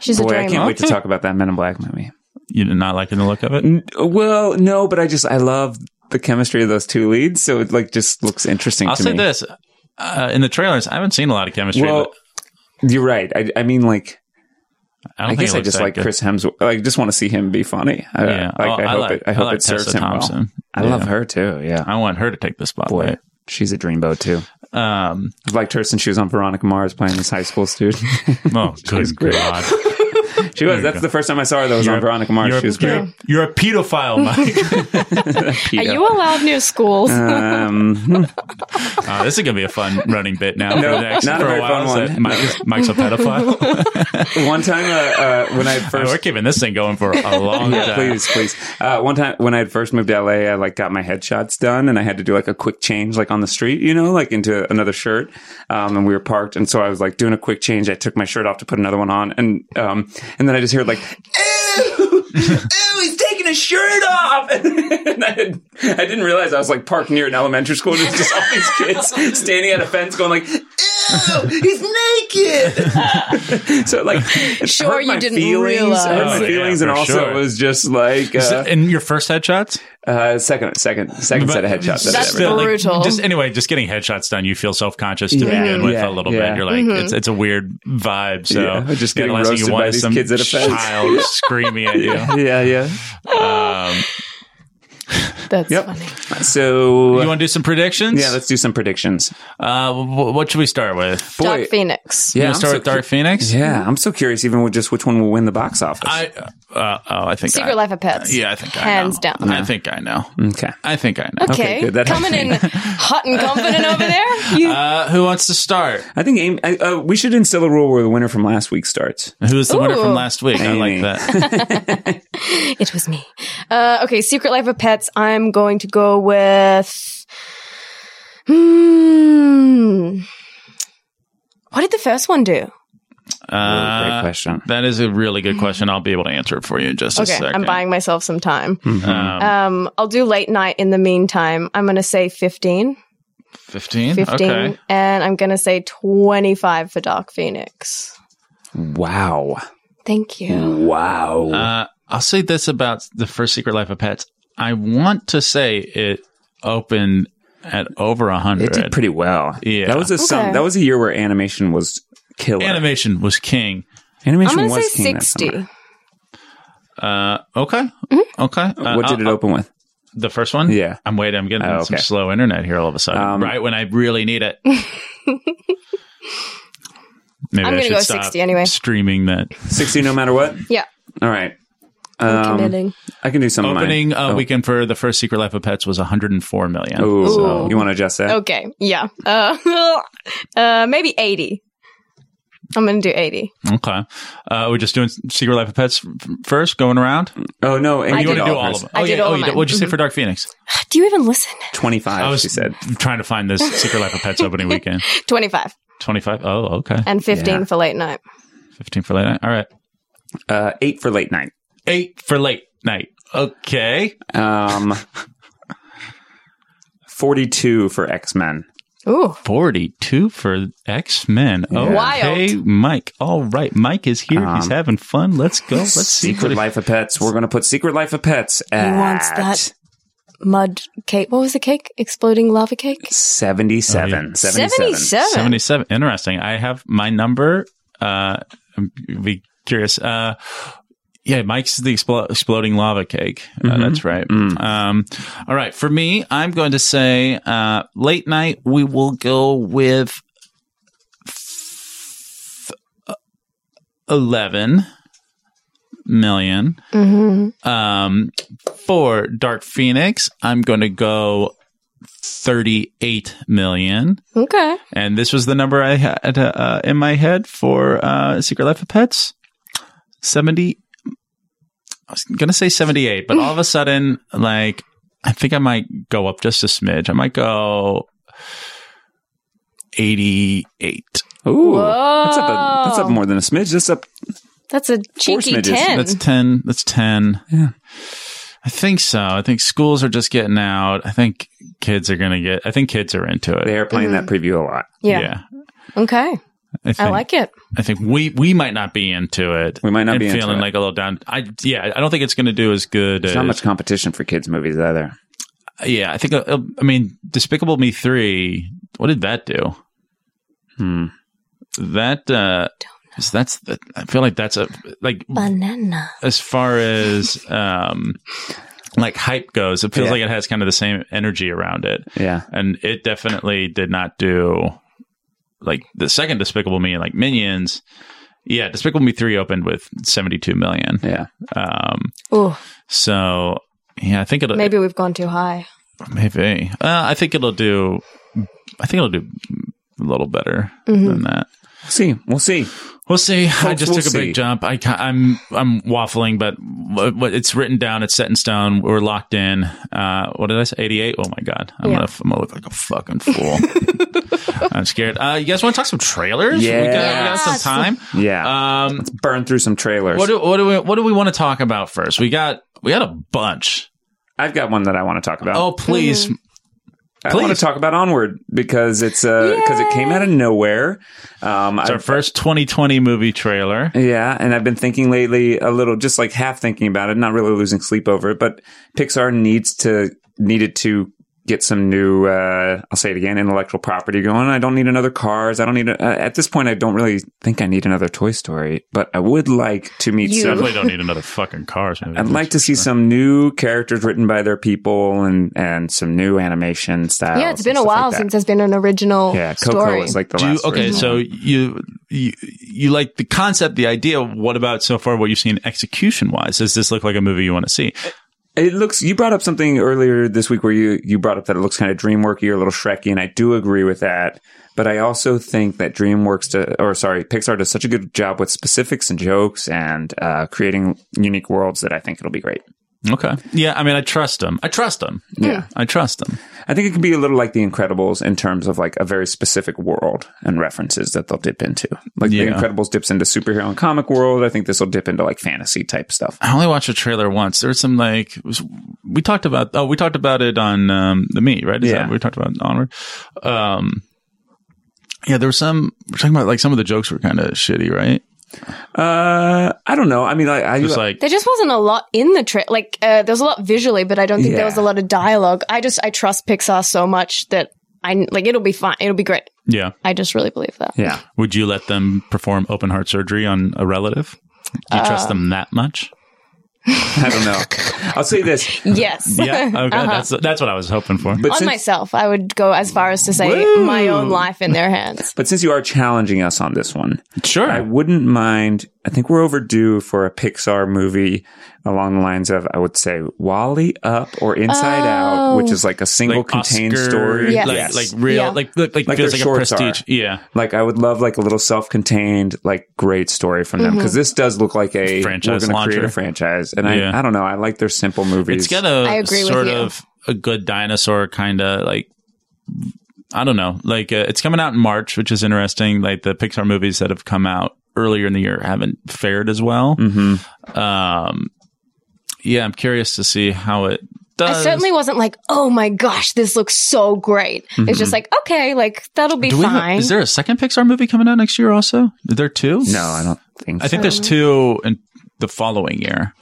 She's
Boy,
a
I
dream.
can't wait to
Okay.
talk about that Men in Black movie.
you did not liking the look of it?
N- Well, no, but I just I love the chemistry of those two leads, so it like just looks interesting.
I'll
to
say
me.
this. Uh, in the trailers, I haven't seen a lot of chemistry.
Well, you're right. I, I mean, like
but I,
I,
don't think
guess
it
I
looks
just
that
like
good.
Chris Hemsworth. I just want to see him be funny. I,
Yeah.
like,
Oh,
I,
I
hope
like-
it. I
I
hope
like
it serves
Tessa
him well.
Thompson.
I
Yeah.
love her too. Yeah,
I want her to take the
boy,
spotlight.
she's a dreamboat too.
Um,
Like her since she was on Veronica Mars playing this high school student.
oh, good
great.
God.
she was. That's the first time I saw her. That was on Veronica Mars.
You're,
she was
you're,
great.
you're a pedophile, Mike.
Are you allowed near schools?
um,
Uh, this is going to be a fun running bit now. for
No,
the next,
not a
for
very fun
while, is
one.
that Mike, Mike's a pedophile.
one time uh, uh, when I
Oh,
first
We're keeping this thing going for a long
Yeah,
time.
please, please. Uh, one time when I had first moved to LA, I like got my headshots done, and I had to do like a quick change, like on the street, you know, like into another shirt. Um, and we were parked, and so I was like doing a quick change. I took my shirt off to put another one on, and um, and then I just heard like, "Ew, ew, he's taking his shirt off," and I, had, I didn't realize I was like parked near an elementary school, and it was just all these kids standing at a fence, going like. Ew, he's naked. so like, it
Sure
hurt
you
my
didn't
feelings.
realize.
It hurt my
Oh, yeah,
feelings, and
for
also
sure.
it was just like uh,
So, in your first headshots?
uh, second, second, second set of headshots. that I
That's
ever
still-
did.
like,
brutal.
just anyway, just getting headshots done, you feel self conscious to
Yeah.
begin with
Mm-hmm. Yeah.
a little
Yeah.
bit. You're like,
Mm-hmm.
it's, it's a weird vibe. So
Yeah. Just
the
getting
last thing
roasted by these kids at a fest.
child screaming at you.
yeah, yeah.
Um,
That's
Yep.
funny.
So
you want to do some predictions?
yeah, let's do some predictions.
Uh, wh- what should we start with?
Boy,
Dark Phoenix.
You
yeah,
wanna
I'm
start
so
with Dark
cu-
Phoenix.
Yeah, I'm so curious, even with just which one will win the box office.
I uh, oh, I think
Secret
I,
Life of Pets.
Yeah, I think
hands
I know.
down.
I think I know.
okay,
I think I know.
Okay,
Okay, good. That helps
coming in
me.
hot and confident over there. You,
Uh, who wants to start?
I think Amy, I, uh, we should instill a rule where the winner from last week starts.
Who was the winner from
Ooh.
last week? I like
Amy.
that.
it was me. Uh, okay, Secret Life of Pets. I'm going to go with. Hmm. What did the first one do?
Uh,
Great question.
That is a really good question. I'll be able to answer it for you in just a
Okay,
second.
I'm buying myself some time.
Um,
Um, I'll do late night in the meantime. I'm going to say 15.
15?
15.
Okay.
And I'm going to say 25 for Dark Phoenix.
Wow,
Thank you.
wow.
Uh, I'll say this about the first Secret Life of Pets. I want to say it opened at over
it did
100.
pretty well.
Yeah.
that was a some,
Okay.
that was a year where animation was killer.
Animation was king.
I'm
animation
going to
was
say
king that summer.
60.
Uh, okay.
Mm-hmm.
Okay. Uh,
What did it
I'll-
open with?
The first one?
Yeah.
I'm waiting. I'm getting
Oh,
some
okay.
slow internet here all of a sudden,
Um,
right when I really need it. Maybe
I'm
I
gonna
should
go
stop
60 anyway.
Streaming that
Sixty, no matter what.
Yeah.
All right.
I'm
Um,
committing.
I can do some
opening
Of mine.
uh,
Oh.
weekend for the first Secret Life of Pets was 104 million.
Ooh.
Ooh.
You want to adjust that?
Okay. Yeah. Uh, uh, maybe 80. I'm going to do 80.
Okay, uh, we're just doing Secret Life of Pets f- first, going around.
Oh no, and
I
You
you want
want to
did
do all of them?
I
oh
did
yeah.
all
oh, you
mine.
did- what'd you say for Dark Phoenix?
Do you even listen?
Twenty-five.
I was
she said.
trying to find this Secret Life of Pets opening weekend.
25
25. Oh, okay.
and 15
Yeah.
for late night.
15 for late night. All right.
Uh, eight for late night.
Eight for late night. Okay.
Um, forty-two for X Men.
Ooh.
42 for X Men. Oh,
Wild.
Okay, Mike. All right. Mike is here. He's having fun. Let's go. Let's see.
Secret
what it-
Life of Pets. We're gonna put Secret Life of Pets at
wants that Mud cake. What was the cake? Exploding lava cake?
Oh,
77. 77.
77. Interesting. I have my number. Uh, I'm- be curious. Uh, yeah, Mike's the explo- exploding lava cake. Uh, that's right. Um, all right. For me, I'm going to say uh, late night, we will go with f- 11 million.
Mm-hmm.
Um, for Dark Phoenix, I'm going to go 38 million.
Okay.
And this was the number I had uh, in my head for uh, Secret Life of Pets. 70. I was going to say 78, but all of a sudden, like, I think I might go up just a smidge. I might go 88.
Ooh, that's up. A, that's up
Whoa.
more than a smidge. That's up.
That's a cheeky
smidges.
10.
That's 10. That's 10.
Yeah.
I think so. I think schools are just getting out. I think kids are going to get, I think kids are into it.
Mm-hmm.
They are playing that preview a lot.
yeah. Okay.
I,
I
think,
like it.
I think we we might not be into it.
We might not
and
be into
feeling
it.
like a little down. I yeah, I don't think it's going to do as good.
There's
As,
not much competition for kids movies either.
Yeah, I think. Uh, I mean, Despicable Me three. What did that do?
Hmm.
That uh, is- that's. The, I feel like that's a like
Banana.
as far as um like hype goes. It feels
Yeah.
like it has kind of the same energy around it.
Yeah.
and it definitely did not do like the second Despicable Me, like Minions. Yeah, Despicable Me three opened with seventy two million.
Yeah.
Um,
Ooh,
so yeah, I think it'll maybe.
maybe we've gone too high.
Uh, I think it'll do. I think it'll do a little better
Mhm.
than that.
We'll see. We'll see.
We'll see. I
Folks,
just
we'll
took a
see.
big jump. I, ca- I'm I'm waffling, but what- what- it's written down. It's set in stone. We're locked in. Uh, what did I say? 88. Oh my god. I'm
Yeah.
gonna I'm gonna look like a fucking fool. I'm scared. Uh, you guys want to talk some trailers? We got, we got
Yes.
some time.
Yeah.
Um,
Burn through some trailers.
what do what do we what do we want to talk about first? We got we got a bunch.
I've got one that I want to talk about.
Oh please.
I want to
please.
talk about Onward because it's uh because it came out of nowhere. Um,
It's
I,
our first 2020 movie trailer.
yeah, and I've been thinking lately a little, just like half thinking about it, not really losing sleep over it. But Pixar needs to needed to get some new. Uh, I'll say it again, intellectual property going. I don't need another Cars. I don't need a, uh, at this point. I don't really think I need another Toy Story, but I would like to meet
You.
some.
Definitely don't need another fucking Cars movie.
I'd like to see some new characters written by their people and and some new animation styles.
yeah, it's been
and
a
stuff like
while
that.
since there's been an original
Yeah, Coco
story.
was like the
Do you,
last.
okay,
original.
so you, you you like the concept, the idea. What about so far? What you've seen execution wise? Does this look like a movie you want to see?
it looks. You brought up something earlier this week where you you brought up that it looks kind of DreamWorky or a little Shreky, and I do agree with that. But I also think that DreamWorks, to, or sorry, Pixar does such a good job with specifics and jokes and uh, creating unique worlds that I think it'll be great.
Okay, yeah. I mean, I trust them. I trust them.
Yeah.
I trust them.
I think it can be a little like The Incredibles in terms of like a very specific world and references that they'll dip into. Like
Yeah.
The Incredibles dips into superhero and comic world. I think this will dip into like fantasy type stuff.
I only watched a trailer once. There was some like it was, we talked about. Oh, we talked about it on um, the meet, right? Is
Yeah.
that what we talked about onward. Um, yeah, there was some. We're talking about like some of the jokes were kind of shitty, right?
Uh, I don't know. I mean, I, I
Just like
there just wasn't a lot in the trip. Like, uh, there's a lot visually, but I don't think
Yeah.
there was a lot of dialogue. I just, I trust Pixar so much that I, like, it'll be fine. It'll be great.
yeah.
I just really believe that.
yeah.
Would you let them perform open heart surgery on a relative? Do you
Uh,
trust them that much?
I don't know. I'll say this.
Yes.
Yeah. Okay.
Uh-huh.
That's that's what I was hoping for.
But
On
since,
myself, I would go as far as to say my own life in their hands.
but since you are challenging us on this one,
sure.
I wouldn't mind. I think we're overdue for a Pixar movie along the lines of, I would say, Wally Up or Inside Out, which is like a single contained
Oscar,
story.
Yes.
Like,
Yes.
like real,
Yeah.
like like, like
Like
feels
their
like a
shorts
prestige.
are.
Yeah,
Like I would love like a little self-contained, like great story from
Mm-hmm.
them because this does look like a
Franchise
We're going to
launcher.
create a franchise, and
Yeah.
I, I don't know. I like their simple movies.
it's got a
I agree with
sort
you.
of a good dinosaur kind of like. I don't know. Like uh, it's coming out in March, which is interesting. Like the Pixar movies that have come out earlier in the year haven't fared as well.
hmm
Um, yeah, I'm curious to see how it does.
I certainly wasn't like, oh my gosh, this looks so great.
Mm-hmm.
It's just like, okay, like that'll be
Do we have-
fine.
is there a second Pixar movie coming out next year? Also, are there two?
No, I don't think.
I think
Oh.
there's two in the following year.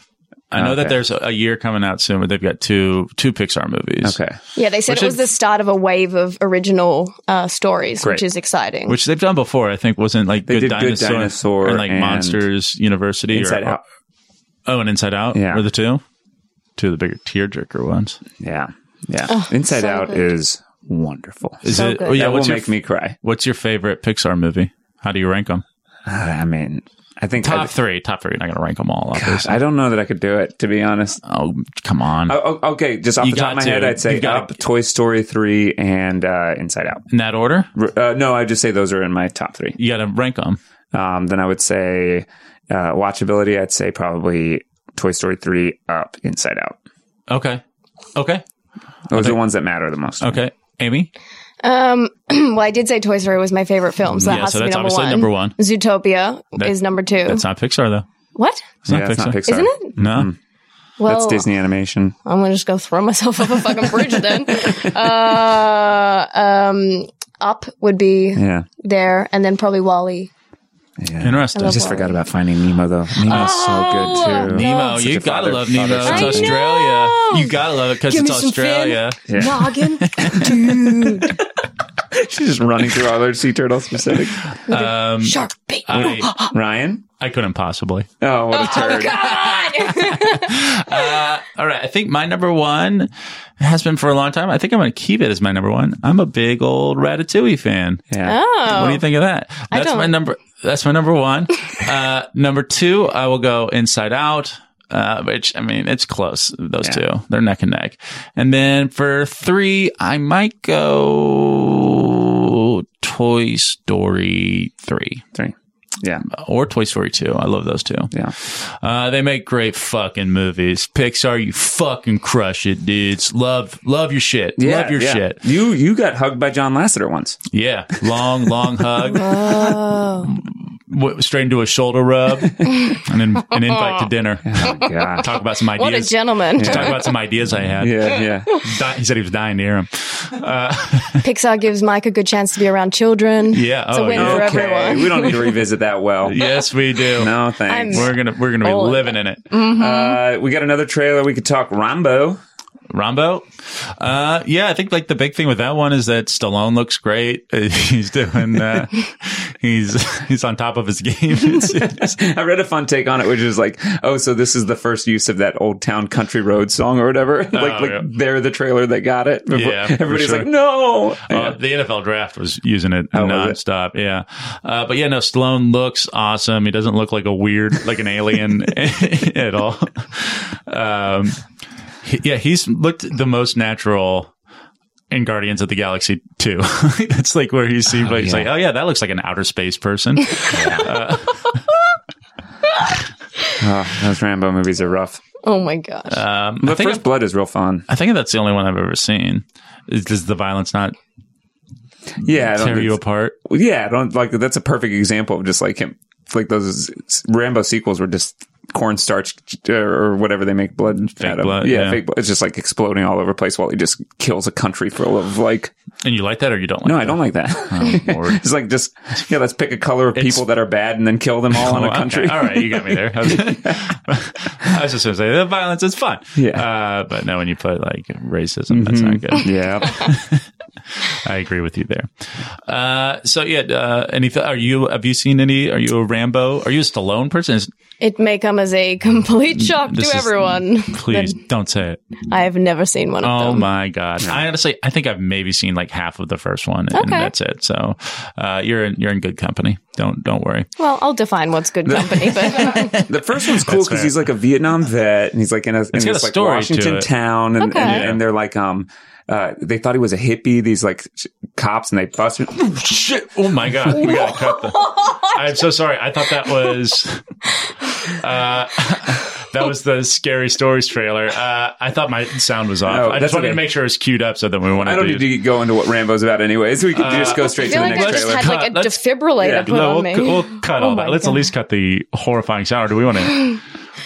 I know that
Okay.
there's a- a year coming out soon, but they've got two two Pixar movies,
so. okay.
yeah, they said
Which
it was
is-
the start of a wave of original uh, stories,
Great.
which is exciting.
which they've done before. I think wasn't like
They
Good,
did Good
Dinosaur
Dinosaur
and like
and
Monsters University
Inside
or,
Out.
Oh, and Inside Out
Yeah.
were the two, two of the bigger tearjerker ones.
Yeah, yeah. Inside
so
Out
good.
is wonderful.
Is
So
it?
good.
Oh, yeah.
that will
What's your,
make me cry.
what's your favorite Pixar movie? How do you rank them?
I mean, I think
Top
I,
three. Top three. You're not going to rank them all. Obviously.
I don't know that I could do it to be honest.
oh, come on.
Oh, oh, okay, just off
You
the top
got
of my
to.
head, I'd say
You've gotta-
Up, Toy Story three, and uh, Inside Out.
In that order,
R- Uh, no, I'd just say those are in my top three.
you got to rank them.
Um, then I would say uh, watchability. I'd say probably Toy Story three, Up, Inside Out.
Okay. Okay.
Those are the ones that matter the most.
Okay. Amy.
um, well, I did say Toy Story was my favorite film, so that
Yeah,
has
so
to be
that's
number
obviously
one.
number one.
Zootopia
That-
is number two.
That's not Pixar though.
what?
It's
Yeah, it's not Pixar.
Isn't it?
No.
Well,
That's Disney animation.
I'm gonna just go throw myself off a fucking bridge then. Uh, um, Up would be
Yeah.
there, and then probably Wally.
yeah.
Interesting.
I just forgot about finding Nemo though. Nemo's so
Oh,
good too.
Nemo,
Such
you
a
gotta
father-
love Nemo.
father-
It's
I
Australia.
know.
You gotta love it because
Give
it's
me some fin.
Australia.
Yeah.
Noggin, dude,
She's just running through all her sea turtle specific.
shark bait.
I,
Ryan?
I couldn't possibly.
Oh, what a turd.
God.
Uh, all right. I think my number one has been for a long time. I think I'm going to keep it as my number one. I'm a big old Ratatouille fan.
Yeah.
oh,
What do you think of that? That's
don't-
my number. That's my number one. uh, number two, I will go Inside Out. Uh, which I mean, it's close. Those two, they're neck and neck. And then for three, I might go Toy Story three uh,
Three. Yeah.
or Toy Story two. I love those two.
Yeah.
Uh, they make great fucking movies. Pixar, you fucking crush it, dudes. Love, love your shit.
Yeah,
love your
yeah.
shit.
You you got hugged by John Lasseter once.
Yeah. Long, long hug. W- straight into a shoulder rub and then an invite to dinner.
Oh my god.
Talk about some ideas.
what a gentleman!
Talk about some ideas I had.
yeah, yeah.
Di- he said he was dying to hear him.
Pixar gives Mike a good chance to be around children.
Yeah.
It's a
Oh,
win
yeah.
for
Okay,
everyone.
we don't need to revisit that well.
Yes, we do.
No, thanks.
We're gonna we're gonna be
Old.
living in it.
Uh, we got another trailer. We could talk Rambo.
Rombo. Uh, yeah, I think like the big thing with that one is that Stallone looks great. he's doing, uh, he's, he's on top of his game. It's- it's-
I read a fun take on it, which is like, oh, so this is the first use of that old town country road song or whatever. like, like
Oh, yeah.
they're the trailer that got it. Before-
Yeah, for
everybody's
sure.
like, no.
uh, the NFL draft was using it
was
nonstop. Yeah. Uh, but yeah, no, Stallone looks awesome. He doesn't look like a weird, like an alien at all. Um, he- yeah, he's looked the most natural. In Guardians of the Galaxy 2. That's like where you see, but he's like, oh yeah, that looks like an outer space person.
Oh, those Rambo movies are rough.
Oh my gosh.
Um, I
But
think
First Blood is real fun.
I think that's the only one I've ever seen. Is, does the violence not
Yeah, I don't
tear
think-
you apart?
yeah, I don't like that's a perfect example of just like him. Like those Rambo sequels were just cornstarch or whatever they make blood out of.
blood, yeah.
fake blood. It's just like exploding all over the place while he just kills a country full of like.
And you like that or you don't like
No,
that?
I don't like that.
Lord.
it's like just yeah, let's pick a color of people that are bad and then kill them all in
Oh,
a
okay.
country.
All right, you got me there. I was, I was just going to say the violence is fun.
Yeah. Mm-hmm.
Uh, but no, when you put like racism, that's not good.
Yeah.
I agree with you there. Uh, so yeah, uh, any, are you, have you seen any, are you a Rambo? Are you a Stallone person? Is-
it may come as a complete shock to
this is-
everyone.
Please don't say it.
I have never seen one of
Oh
them.
my god! I honestly, I think I've maybe seen like half of the first one, and
Okay.
that's it. So uh, you're in, you're in good company. Don't don't worry.
Well, I'll define what's good company, but
The first one's cool because
fair.
he's like a Vietnam vet and he's like in a, in
got
this
a
like
story to
Washington
it.
town and,
Okay.
and, and they're like, um, uh, they thought he was a hippie, these like sh- cops and they bust him.
Shit! Oh my god! We gotta cut the. I'm so sorry. I thought that was. Uh, that was the scary stories trailer. Uh, I thought my sound was off.
No,
I
that's
just wanted
okay.
to make sure it's queued up so that we wanted
I don't
to.
need to go into what Rambo's about anyways. We can just go
Uh, I
straight to
feel
the
like I
next
just
trailer.
had like a
Let's-
defibrillator
yeah,
put
no,
on
we'll,
me.
we'll cut
Oh
all
my
that. Let's
God.
at least cut the horrifying sound. Or do we want to?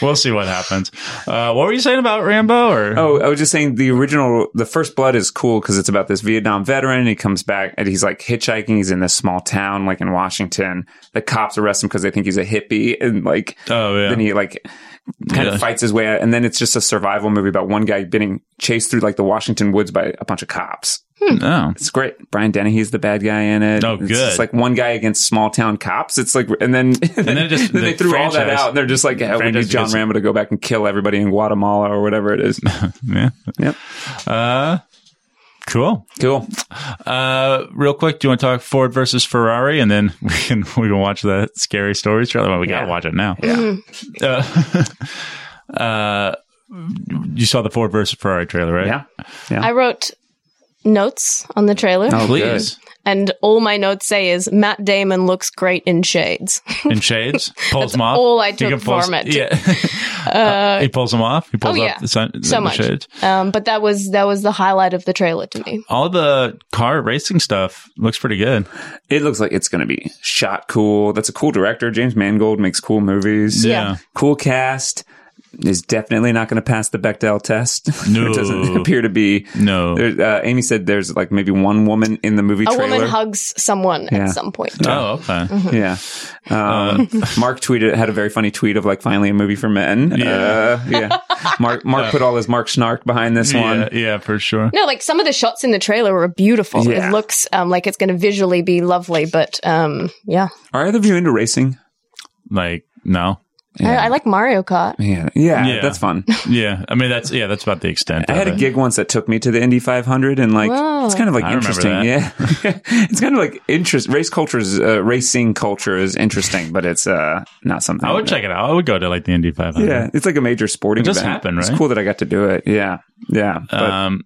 we'll see what happens. Uh, what were you saying about Rambo? Or
Oh, I was just saying the original, the first blood is cool because it's about this Vietnam veteran. He comes back and he's like hitchhiking. He's in this small town, like in Washington. The cops arrest him because they think he's a hippie, and like
Oh, yeah.
then he like kind
Yeah.
of fights his way out. And then it's just a survival movie about one guy getting chased through like the Washington woods by a bunch of cops.
no.
It's great. Brian Dennehy's the bad guy in it.
Oh,
it's
good.
It's like one guy against small town cops. It's like, and then, and then,
it just-
they
the
threw all that
franchise-
out. And they're just like, yeah, we
franchise
need John
gets-
Rambo to go back and kill everybody in Guatemala or whatever it is.
Yeah.
yep.
Cool.
Cool.
Uh, real quick, do you want to talk Ford versus Ferrari, and then we can we can watch the scary stories trailer? Well, we
Yeah.
gotta watch it now.
Mm-hmm.
Uh, uh, you saw the Ford versus Ferrari trailer, right?
Yeah.
I wrote notes on the trailer,
Oh,
Please.
and all my notes say is Matt Damon looks great in shades.
In shades, pulls them off.
all I
You
took
can pull-
from it. Uh,
Yeah, Uh, he pulls them off. He pulls
oh,
off
yeah.
the, sun,
so
the
much.
shades.
Um, but that was that was the highlight of the trailer to me.
All the car racing stuff looks pretty good.
It looks like it's going to be shot cool. That's a cool director. James Mangold makes cool movies.
Yeah.
Cool cast. is definitely not going to pass the Bechdel test.
No.
it doesn't appear to be.
No.
There, uh, Amy said there's like maybe one woman in the movie
A
trailer.
woman hugs someone
Yeah.
at some point.
Oh, okay.
Mm-hmm.
Yeah. Um,
Uh.
Mark tweeted had a very funny tweet of like finally a movie for men. Yeah. Uh, yeah. Mark Mark put all his Mark Snark behind this
Uh. Yeah,
one.
yeah, for sure.
No, like some of the shots in the trailer were beautiful.
Yeah.
It looks um, like it's going to visually be lovely, but um, yeah.
Are either of you into racing?
Like, no.
I, I like Mario Kart.
Yeah. Yeah.
Yeah.
That's fun.
Yeah. I mean, that's, yeah, that's about the extent.
I
of
had a
it.
gig once that took me to the Indy 500, and like
Whoa.
it's kind of like
I remember
interesting.
that.
Yeah, it's kind of like interest. Race culture is uh, racing culture is interesting, but it's uh, not something.
I would check it out. I would go to like the Indy 500.
Yeah, it's like a major sporting.
It does
event.
happen,
It's
right?
cool that I got to do it. Yeah, yeah. But
Um,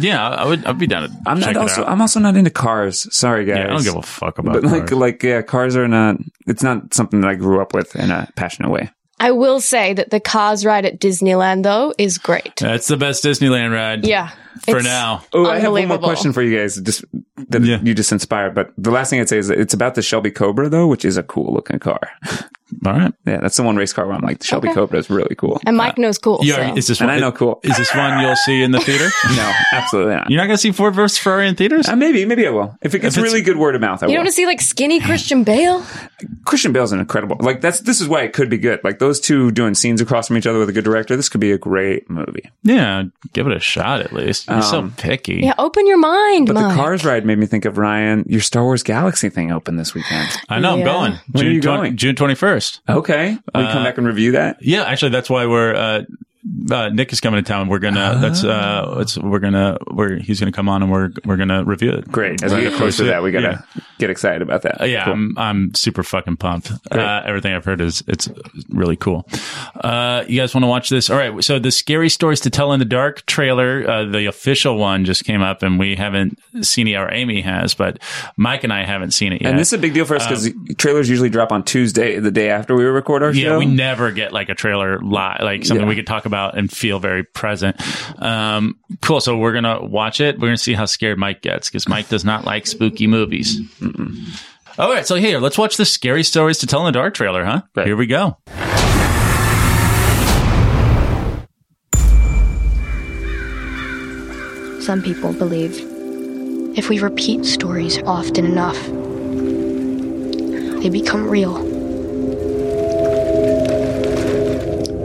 yeah, I would. I'd be down to
I'm
check
not
it
also.
out.
I'm also not into cars. Sorry, guys.
yeah, I don't give a fuck about.
but like,
cars.
like, yeah, cars are not. It's not something that I grew up with in a passionate way.
I will say that the Cars ride at Disneyland though is great.
that's the best Disneyland ride.
Yeah.
for
It's-
now.
Oh, I have one more
Unbelievable.
question for you guys. Just that
Yeah.
you just inspired. But the last thing I'd say is that it's about the Shelby Cobra, though, which is a cool looking car.
All right.
Yeah, that's the one race car where I'm like, the Shelby
Okay.
Cobra is really cool.
And Mike knows cool.
Uh, Yeah,
so.
is this
And
one?
I know cool.
Is this one you'll see in the theater?
No, absolutely not.
You're not gonna see Ford versus Ferrari in theaters.
Uh, maybe, maybe I will. If it gets
If it's-
really good word of mouth, I
you
will.
don't want to see like skinny Christian Bale?
Christian Bale's an incredible. Like that's this is why it could be good. Like those two doing scenes across from each other with a good director. This could be a great movie.
Yeah, give it a shot at least. You're
Um,
so picky.
Yeah, open your mind,
But
Mike.
the Cars ride made me think of Ryan. Your Star Wars Galaxy thing opened this weekend.
I know. I'm
Yeah.
going.
When are you going?
June 21st.
Okay, will
Uh,
you come back and review that.
Yeah, actually, that's why we're. Uh, uh, Nick is coming to town. We're gonna. That's. Uh, it's, we're gonna. We're. He's gonna come on, and we're. We're gonna review it.
Great. As we
Right.
get closer to that, we
Yeah.
gotta get excited about that.
Uh, yeah, I'm I'm super fucking pumped. Uh, everything I've heard is it's really cool. Uh, you guys want to watch this? All right. So the scary stories to tell in the dark trailer, uh, the official one just came up, and we haven't seen it. Or Amy has, but Mike and I haven't seen it yet.
And this is a big deal for us because trailers usually drop on Tuesday, the day after we record our
um, yeah,
show.
we never get like a trailer lot, like something we could talk about and feel very present. Um, cool. So we're gonna watch it. We're gonna see how scared Mike gets because Mike does not like spooky movies. All right, so here, let's watch the scary stories to tell in the dark trailer, huh?
Right.
Here we go.
Some people believe if we repeat stories often enough, they become real.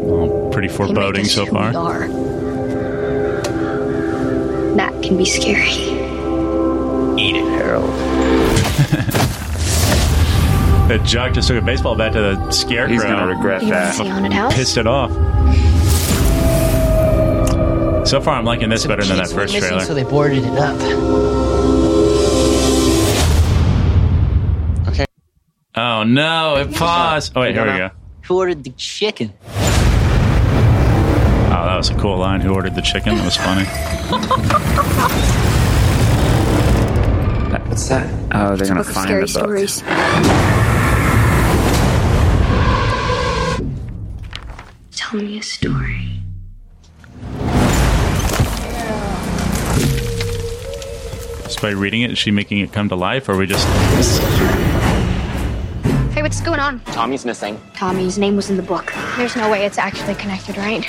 Well, pretty
They make
foreboding
us
so
who
far.
We are. That can be scary.
Eat it, Harold. that jock just took a baseball bat to the scarecrow.
He's gonna regret
You want to
that.
see haunted house?
Pissed it off. So far, I'm liking this better than that
Kids went
first
missing,
trailer.
So they boarded it up.
Oh no, it paused. Oh wait, here we go.
Who ordered the chicken?
Oh, that was a cool line. Who ordered the chicken? That was funny.
What's that? Oh, they're gonna
Book of
find
scary
the book.
stories. Tell me a story.
Just by reading it, is she making it come to life, or are we just?
Hey, what's going on?
Tommy's missing.
Tommy's name was in the book. There's no way it's actually connected, right?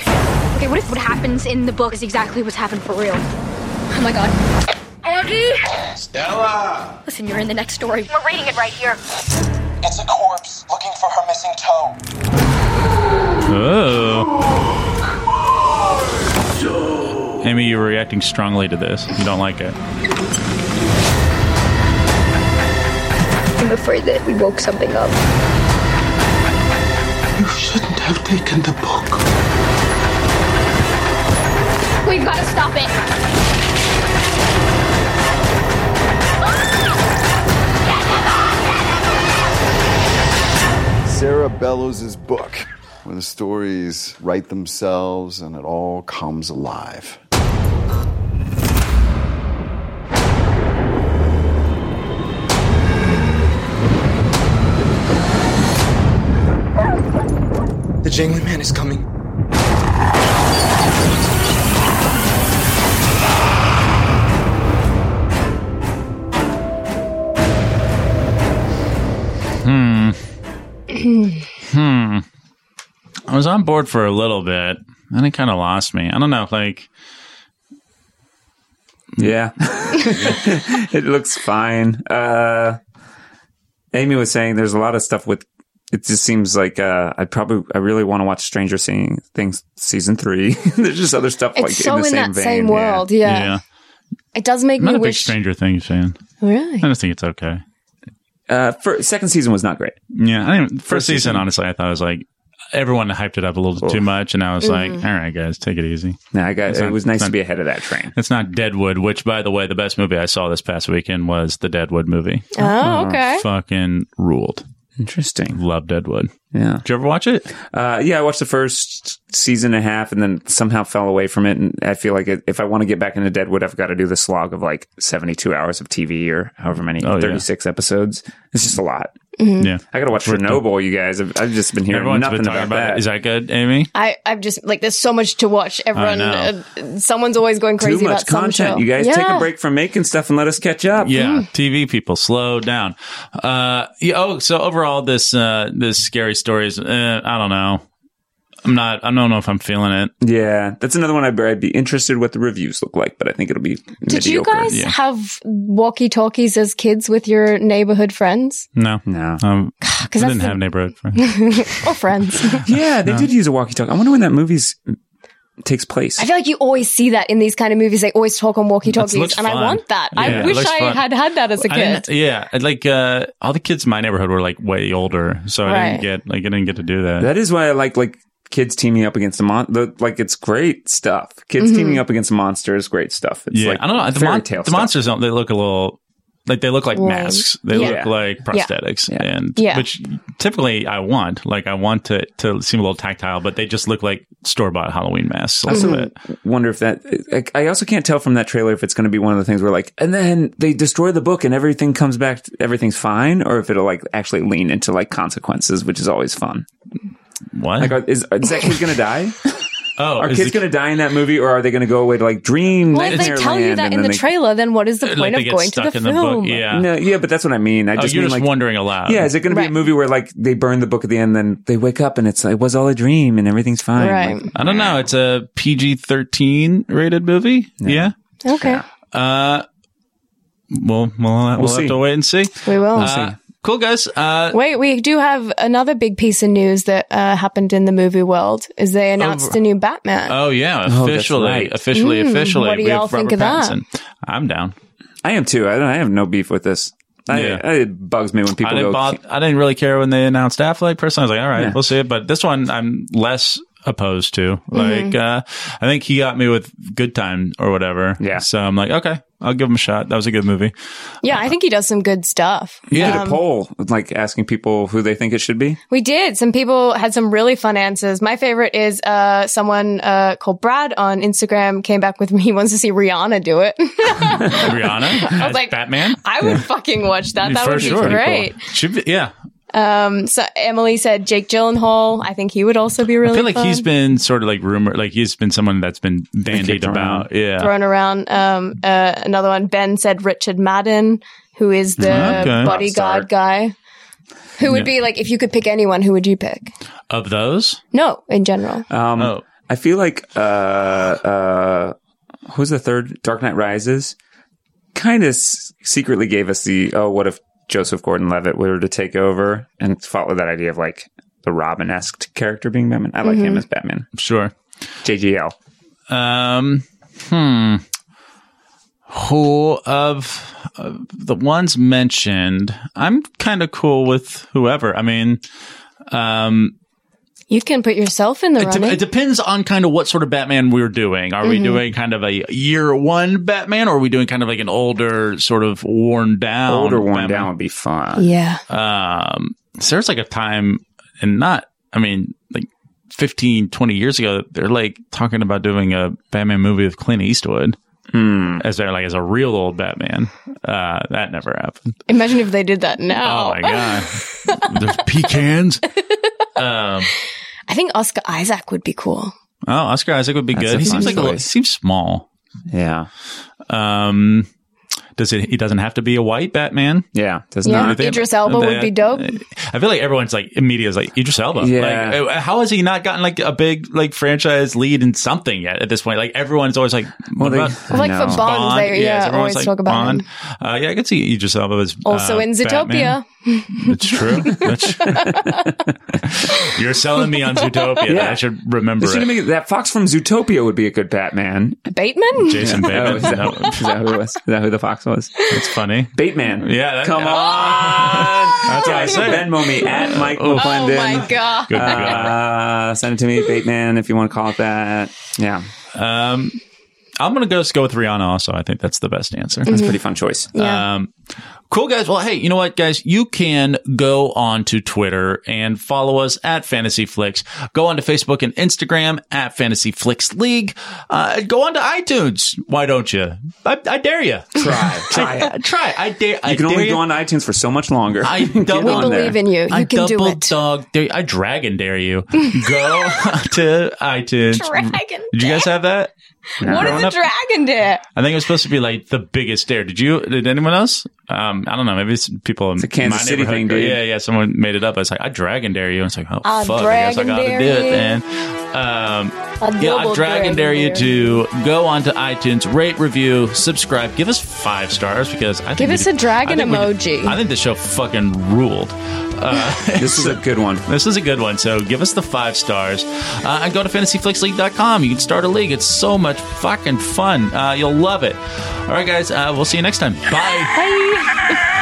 Okay, what if what happens in the book is exactly what's happened for real? Oh my god. Aggie! Stella! Listen, you're in the next story. We're reading it right here.
It's a corpse looking for her missing toe.
Oh. Amy, you're reacting strongly to this. You don't like it.
I'm afraid that we woke something up.
You shouldn't have taken the book.
We've got to stop it.
Sarah Bellows' book, where the stories write themselves and it all comes alive.
The jangling man is coming.
I I was on board for a little bit, and it kind of lost me. I don't know, like
Yeah. it looks fine. Uh, Amy was saying there's a lot of stuff with it just seems like uh, I probably I really want to watch Stranger Thing- Things season 3. there's just other stuff like
It's so
in
in,
the same
that
vein.
same
yeah.
world. Yeah.
yeah.
It does make
I'm not
me
a big
wish. Oh,
Stranger Things fan.
Really?
I just think it's okay.
Uh, fir- second season was not great.
Yeah, I didn't, first, season, honestly, I thought it was like everyone hyped it up a little too much, and I was
Mm-hmm.
like, all right, guys, take it easy.
No, I got it
not-
was nice
it's
to be ahead of that train.
It's not Deadwood, which, by the way, the best movie I saw this past weekend was the Deadwood movie.
Oh, okay.
Fucking ruled.
Interesting.
Love Deadwood.
Yeah.
Did you ever watch it?
Uh, yeah, I watched the first season and a half and then somehow fell away from it. And I feel like it, if I want to get back into Deadwood, I've got to do the slog of like 72 hours of TV or however many,
Oh, yeah.
36 episodes. It's just a lot.
Mm-hmm.
Yeah.
I got to watch Chernobyl, you guys. I've, I've just been hearing
Everyone's
nothing
been talking
about,
about
that.
it. Is that good, Amy?
I, I've just like there's so much to watch. Everyone,
know.
uh, someone's always going
Too
crazy
much
about some show.
content, you guys. Take
Yeah. Mm-hmm.
a break from making stuff and let us catch up.
Yeah, TV people, slow down. Uh, yeah, oh, so overall, this uh, this scary story is uh, I don't know. I'm not. I don't know if I'm feeling it.
Yeah, that's another one I'd, I'd be interested what the reviews look like, but I think it'll be
Did
mediocre.
you guys
yeah.
have walkie talkies as kids with your neighborhood friends
No,
No.
Um, I
that's
didn't
the-
have neighborhood friends.
or friends?
Yeah, they did use a walkie-talkie. I wonder when that movie's takes place.
I feel like you always see that in these kind of movies. They always talk on walkie
That looks
talkies, and I
fun.
want that.
Yeah, it
I wish
looks
I
fun.
had had that as a
I
kid.
didn't- yeah, I'd like uh, all the kids in my neighborhood were like way older, so I
Right.
didn't get like I didn't get to do that.
That is why I like like kids teaming up against the mon. The, like it's great stuff. Kids
Mm-hmm.
teaming up against monsters, great stuff. It's
yeah,
like
I don't know. The,
fairy
mon-
tale
the
stuff.
monsters don't. They look a little like they look like
Right.
masks. They
Yeah.
look like prosthetics,
Yeah.
and
Yeah.
which typically I want. Like I want to to seem a little tactile, but they just look like store bought Halloween masks a little
Mm-hmm.
bit.
Wonder if that. I- I also can't tell from that trailer if it's going to be one of the things where like, and then they destroy the book and everything comes back, everything's fine, or if it'll like actually lean into like consequences, which is always fun.
What?
Like, are, is, is that kid going to die?
oh,
Are
is
kids
the-
going to die in that movie, or are they going to go away to like dream?
Well, if they
nightmare
tell you
land
that
and
in
then
the
they-
trailer, then what is the
like
point
they
of
get
going to
stuck
the
in the book?
film?
Yeah.
No, yeah, but that's what I mean. I
Oh,
just
you're
mean,
just
like,
wondering aloud.
Yeah, is it going to be a
Right.
movie where like they burn the book at the end, then they wake up and it's like, it was all a dream and everything's fine?
Right.
Like,
I don't know. It's a PG thirteen rated movie. Yeah.
Okay.
Uh, well, we'll, we'll,
see.
have to wait and see.
We will.
Uh, cool guys. Uh,
Wait, we do have another big piece of news that uh, happened in the movie world. Is they announced a new Batman?
Oh yeah,
that's
officially,
right.
officially, officially.
Mm, what do
we have
y'all think
Robert
of that?
Pattinson. I'm down.
I am too. I don't. I have no beef with this. I,
Yeah.
I- it bugs me when people
I didn't,
go.
both- I didn't really care when they announced Affleck. Personally, I was like, all right,
Yeah.
we'll see it. But this one, I'm less opposed to.
Mm-hmm.
Like, uh, I think he got me with Good Time or whatever.
Yeah.
So I'm like, okay, I'll give him a shot. That was a good movie.
yeah, I think he does some good stuff.
we did a poll, like asking people who they think it should be.
We did. Some people had some really fun answers. My favorite is uh, someone uh, called Brad on Instagram came back with me. He wants to see Rihanna do it.
Rihanna as
like-
Batman.
I would fucking watch that. That
For
would be
sure.
great.
Should be, yeah.
Um, so Emily said Jake Gyllenhaal. I think he would also be really.
I feel like
fun.
he's been sort of like rumored, like he's been someone that's been bandied
Kicked around.
about. Yeah.
thrown around. Um, uh, another one. Ben said Richard Madden, who is the
Okay.
bodyguard guy. Who would be like if you could pick anyone? Who would you pick?
Of those?
No, in general.
Um,
Oh.
I feel like uh, uh, who's the third? Dark Knight Rises kind of s- secretly gave us the oh, what if Joseph Gordon-Levitt were to take over and follow that idea of like the Robin-esque character being Batman. I like
Mm-hmm.
him as Batman.
Sure.
JGL.
Um, hmm. Who of of the ones mentioned? I'm kind of cool with whoever. I mean, um,
You can put yourself in
it,
the
de-
running.
it depends on kind of what sort of Batman we're doing. Are we doing kind of a year one Batman, or are we doing kind of like an older, sort of worn down,
Older worn
Batman?
down would be fun.
yeah.
um so there's like a time and not i mean like 15 20 years ago they're like talking about doing a batman movie with clint eastwood
Hmm.
as they're like as a real old batman uh that never happened
Imagine if they did that now.
oh my god there's pecans um
I think Oscar Isaac would be cool.
oh oscar isaac would be
That's a
good he
fun
seems like a little, he
choice.
seems small
Yeah.
um Does it? He doesn't have to be a white Batman.
Yeah, does
Yeah.
not.
They-
Idris Elba would be dope.
I feel like everyone's like media's like Idris Elba.
Yeah.
Like, uh, how has he not gotten like a big like franchise lead in something yet at this point? Like everyone's always like,
Well,
what
they-
about
I
Like
know.
for Bond, they
Yes,
yeah,
everyone's
always
like
talk about
Bond.
him.
Uh, yeah, I could see Idris Elba as
Also
uh,
in
Batman.
Zootopia.
It's true. That's- You're selling me on Zootopia.
Yeah.
I should remember
They should
it.
have made- that fox from Zootopia would be a good Batman.
Bateman?
Jason
Oh,
Bateman.
is, that,
No,
is that who it was? Is that who the fox was?
that's funny.
Bateman.
Yeah, that-
come
yeah.
on.
That's what I
Guys,
said.
Venmo me at Mike
Oh.
oh
McClendon.
my god.
Good God.
Uh, send it to me, Bateman, if you want to call it that. Yeah,
Um, I'm gonna go go with Rihanna. Also, I think that's the best answer.
it's a pretty fun choice.
Yeah.
Um, cool guys. Well, hey, you know what, guys? You can go on to Twitter and follow us at Fantasy Flicks. Go on to Facebook and Instagram at Fantasy Flicks League. Uh, go on to iTunes. Why don't you? I, I dare you.
Try, try it.
Try. I dare. I
You can
dare
only
ya.
go on iTunes for so much longer.
I
Get
double-
we
on there.
believe in you. You
I
can
double
do it.
dog dare. I dragon dare you. Go to iTunes.
Dragon.
Did you guys have that?
What
Growing
is a
up-
dragon dare?
I think it was supposed to be like the biggest dare. Did you? Did anyone else? Um, I don't know. Maybe it's people in
a Kansas
my
City
neighborhood.
thing, dude.
Yeah, yeah. Someone made it up. I was like, I dragon dare you. And it's like, oh
I
fuck, I guess I
dragon
gotta
dare
do it
you.
then. Um,
A
yeah, I
double
dragon dare you to go onto iTunes, rate, review, subscribe, give us five stars because I think
Give
we
us
do-
a dragon
I think we do-
emoji.
I think the show fucking ruled.
This is a good one.
This is a good one. So give us the five stars uh, and go to fantasyflixleague.com. You can start a league. It's so much fucking fun. Uh, you'll love it. All right, guys. Uh, we'll see you next time. Bye.
Bye.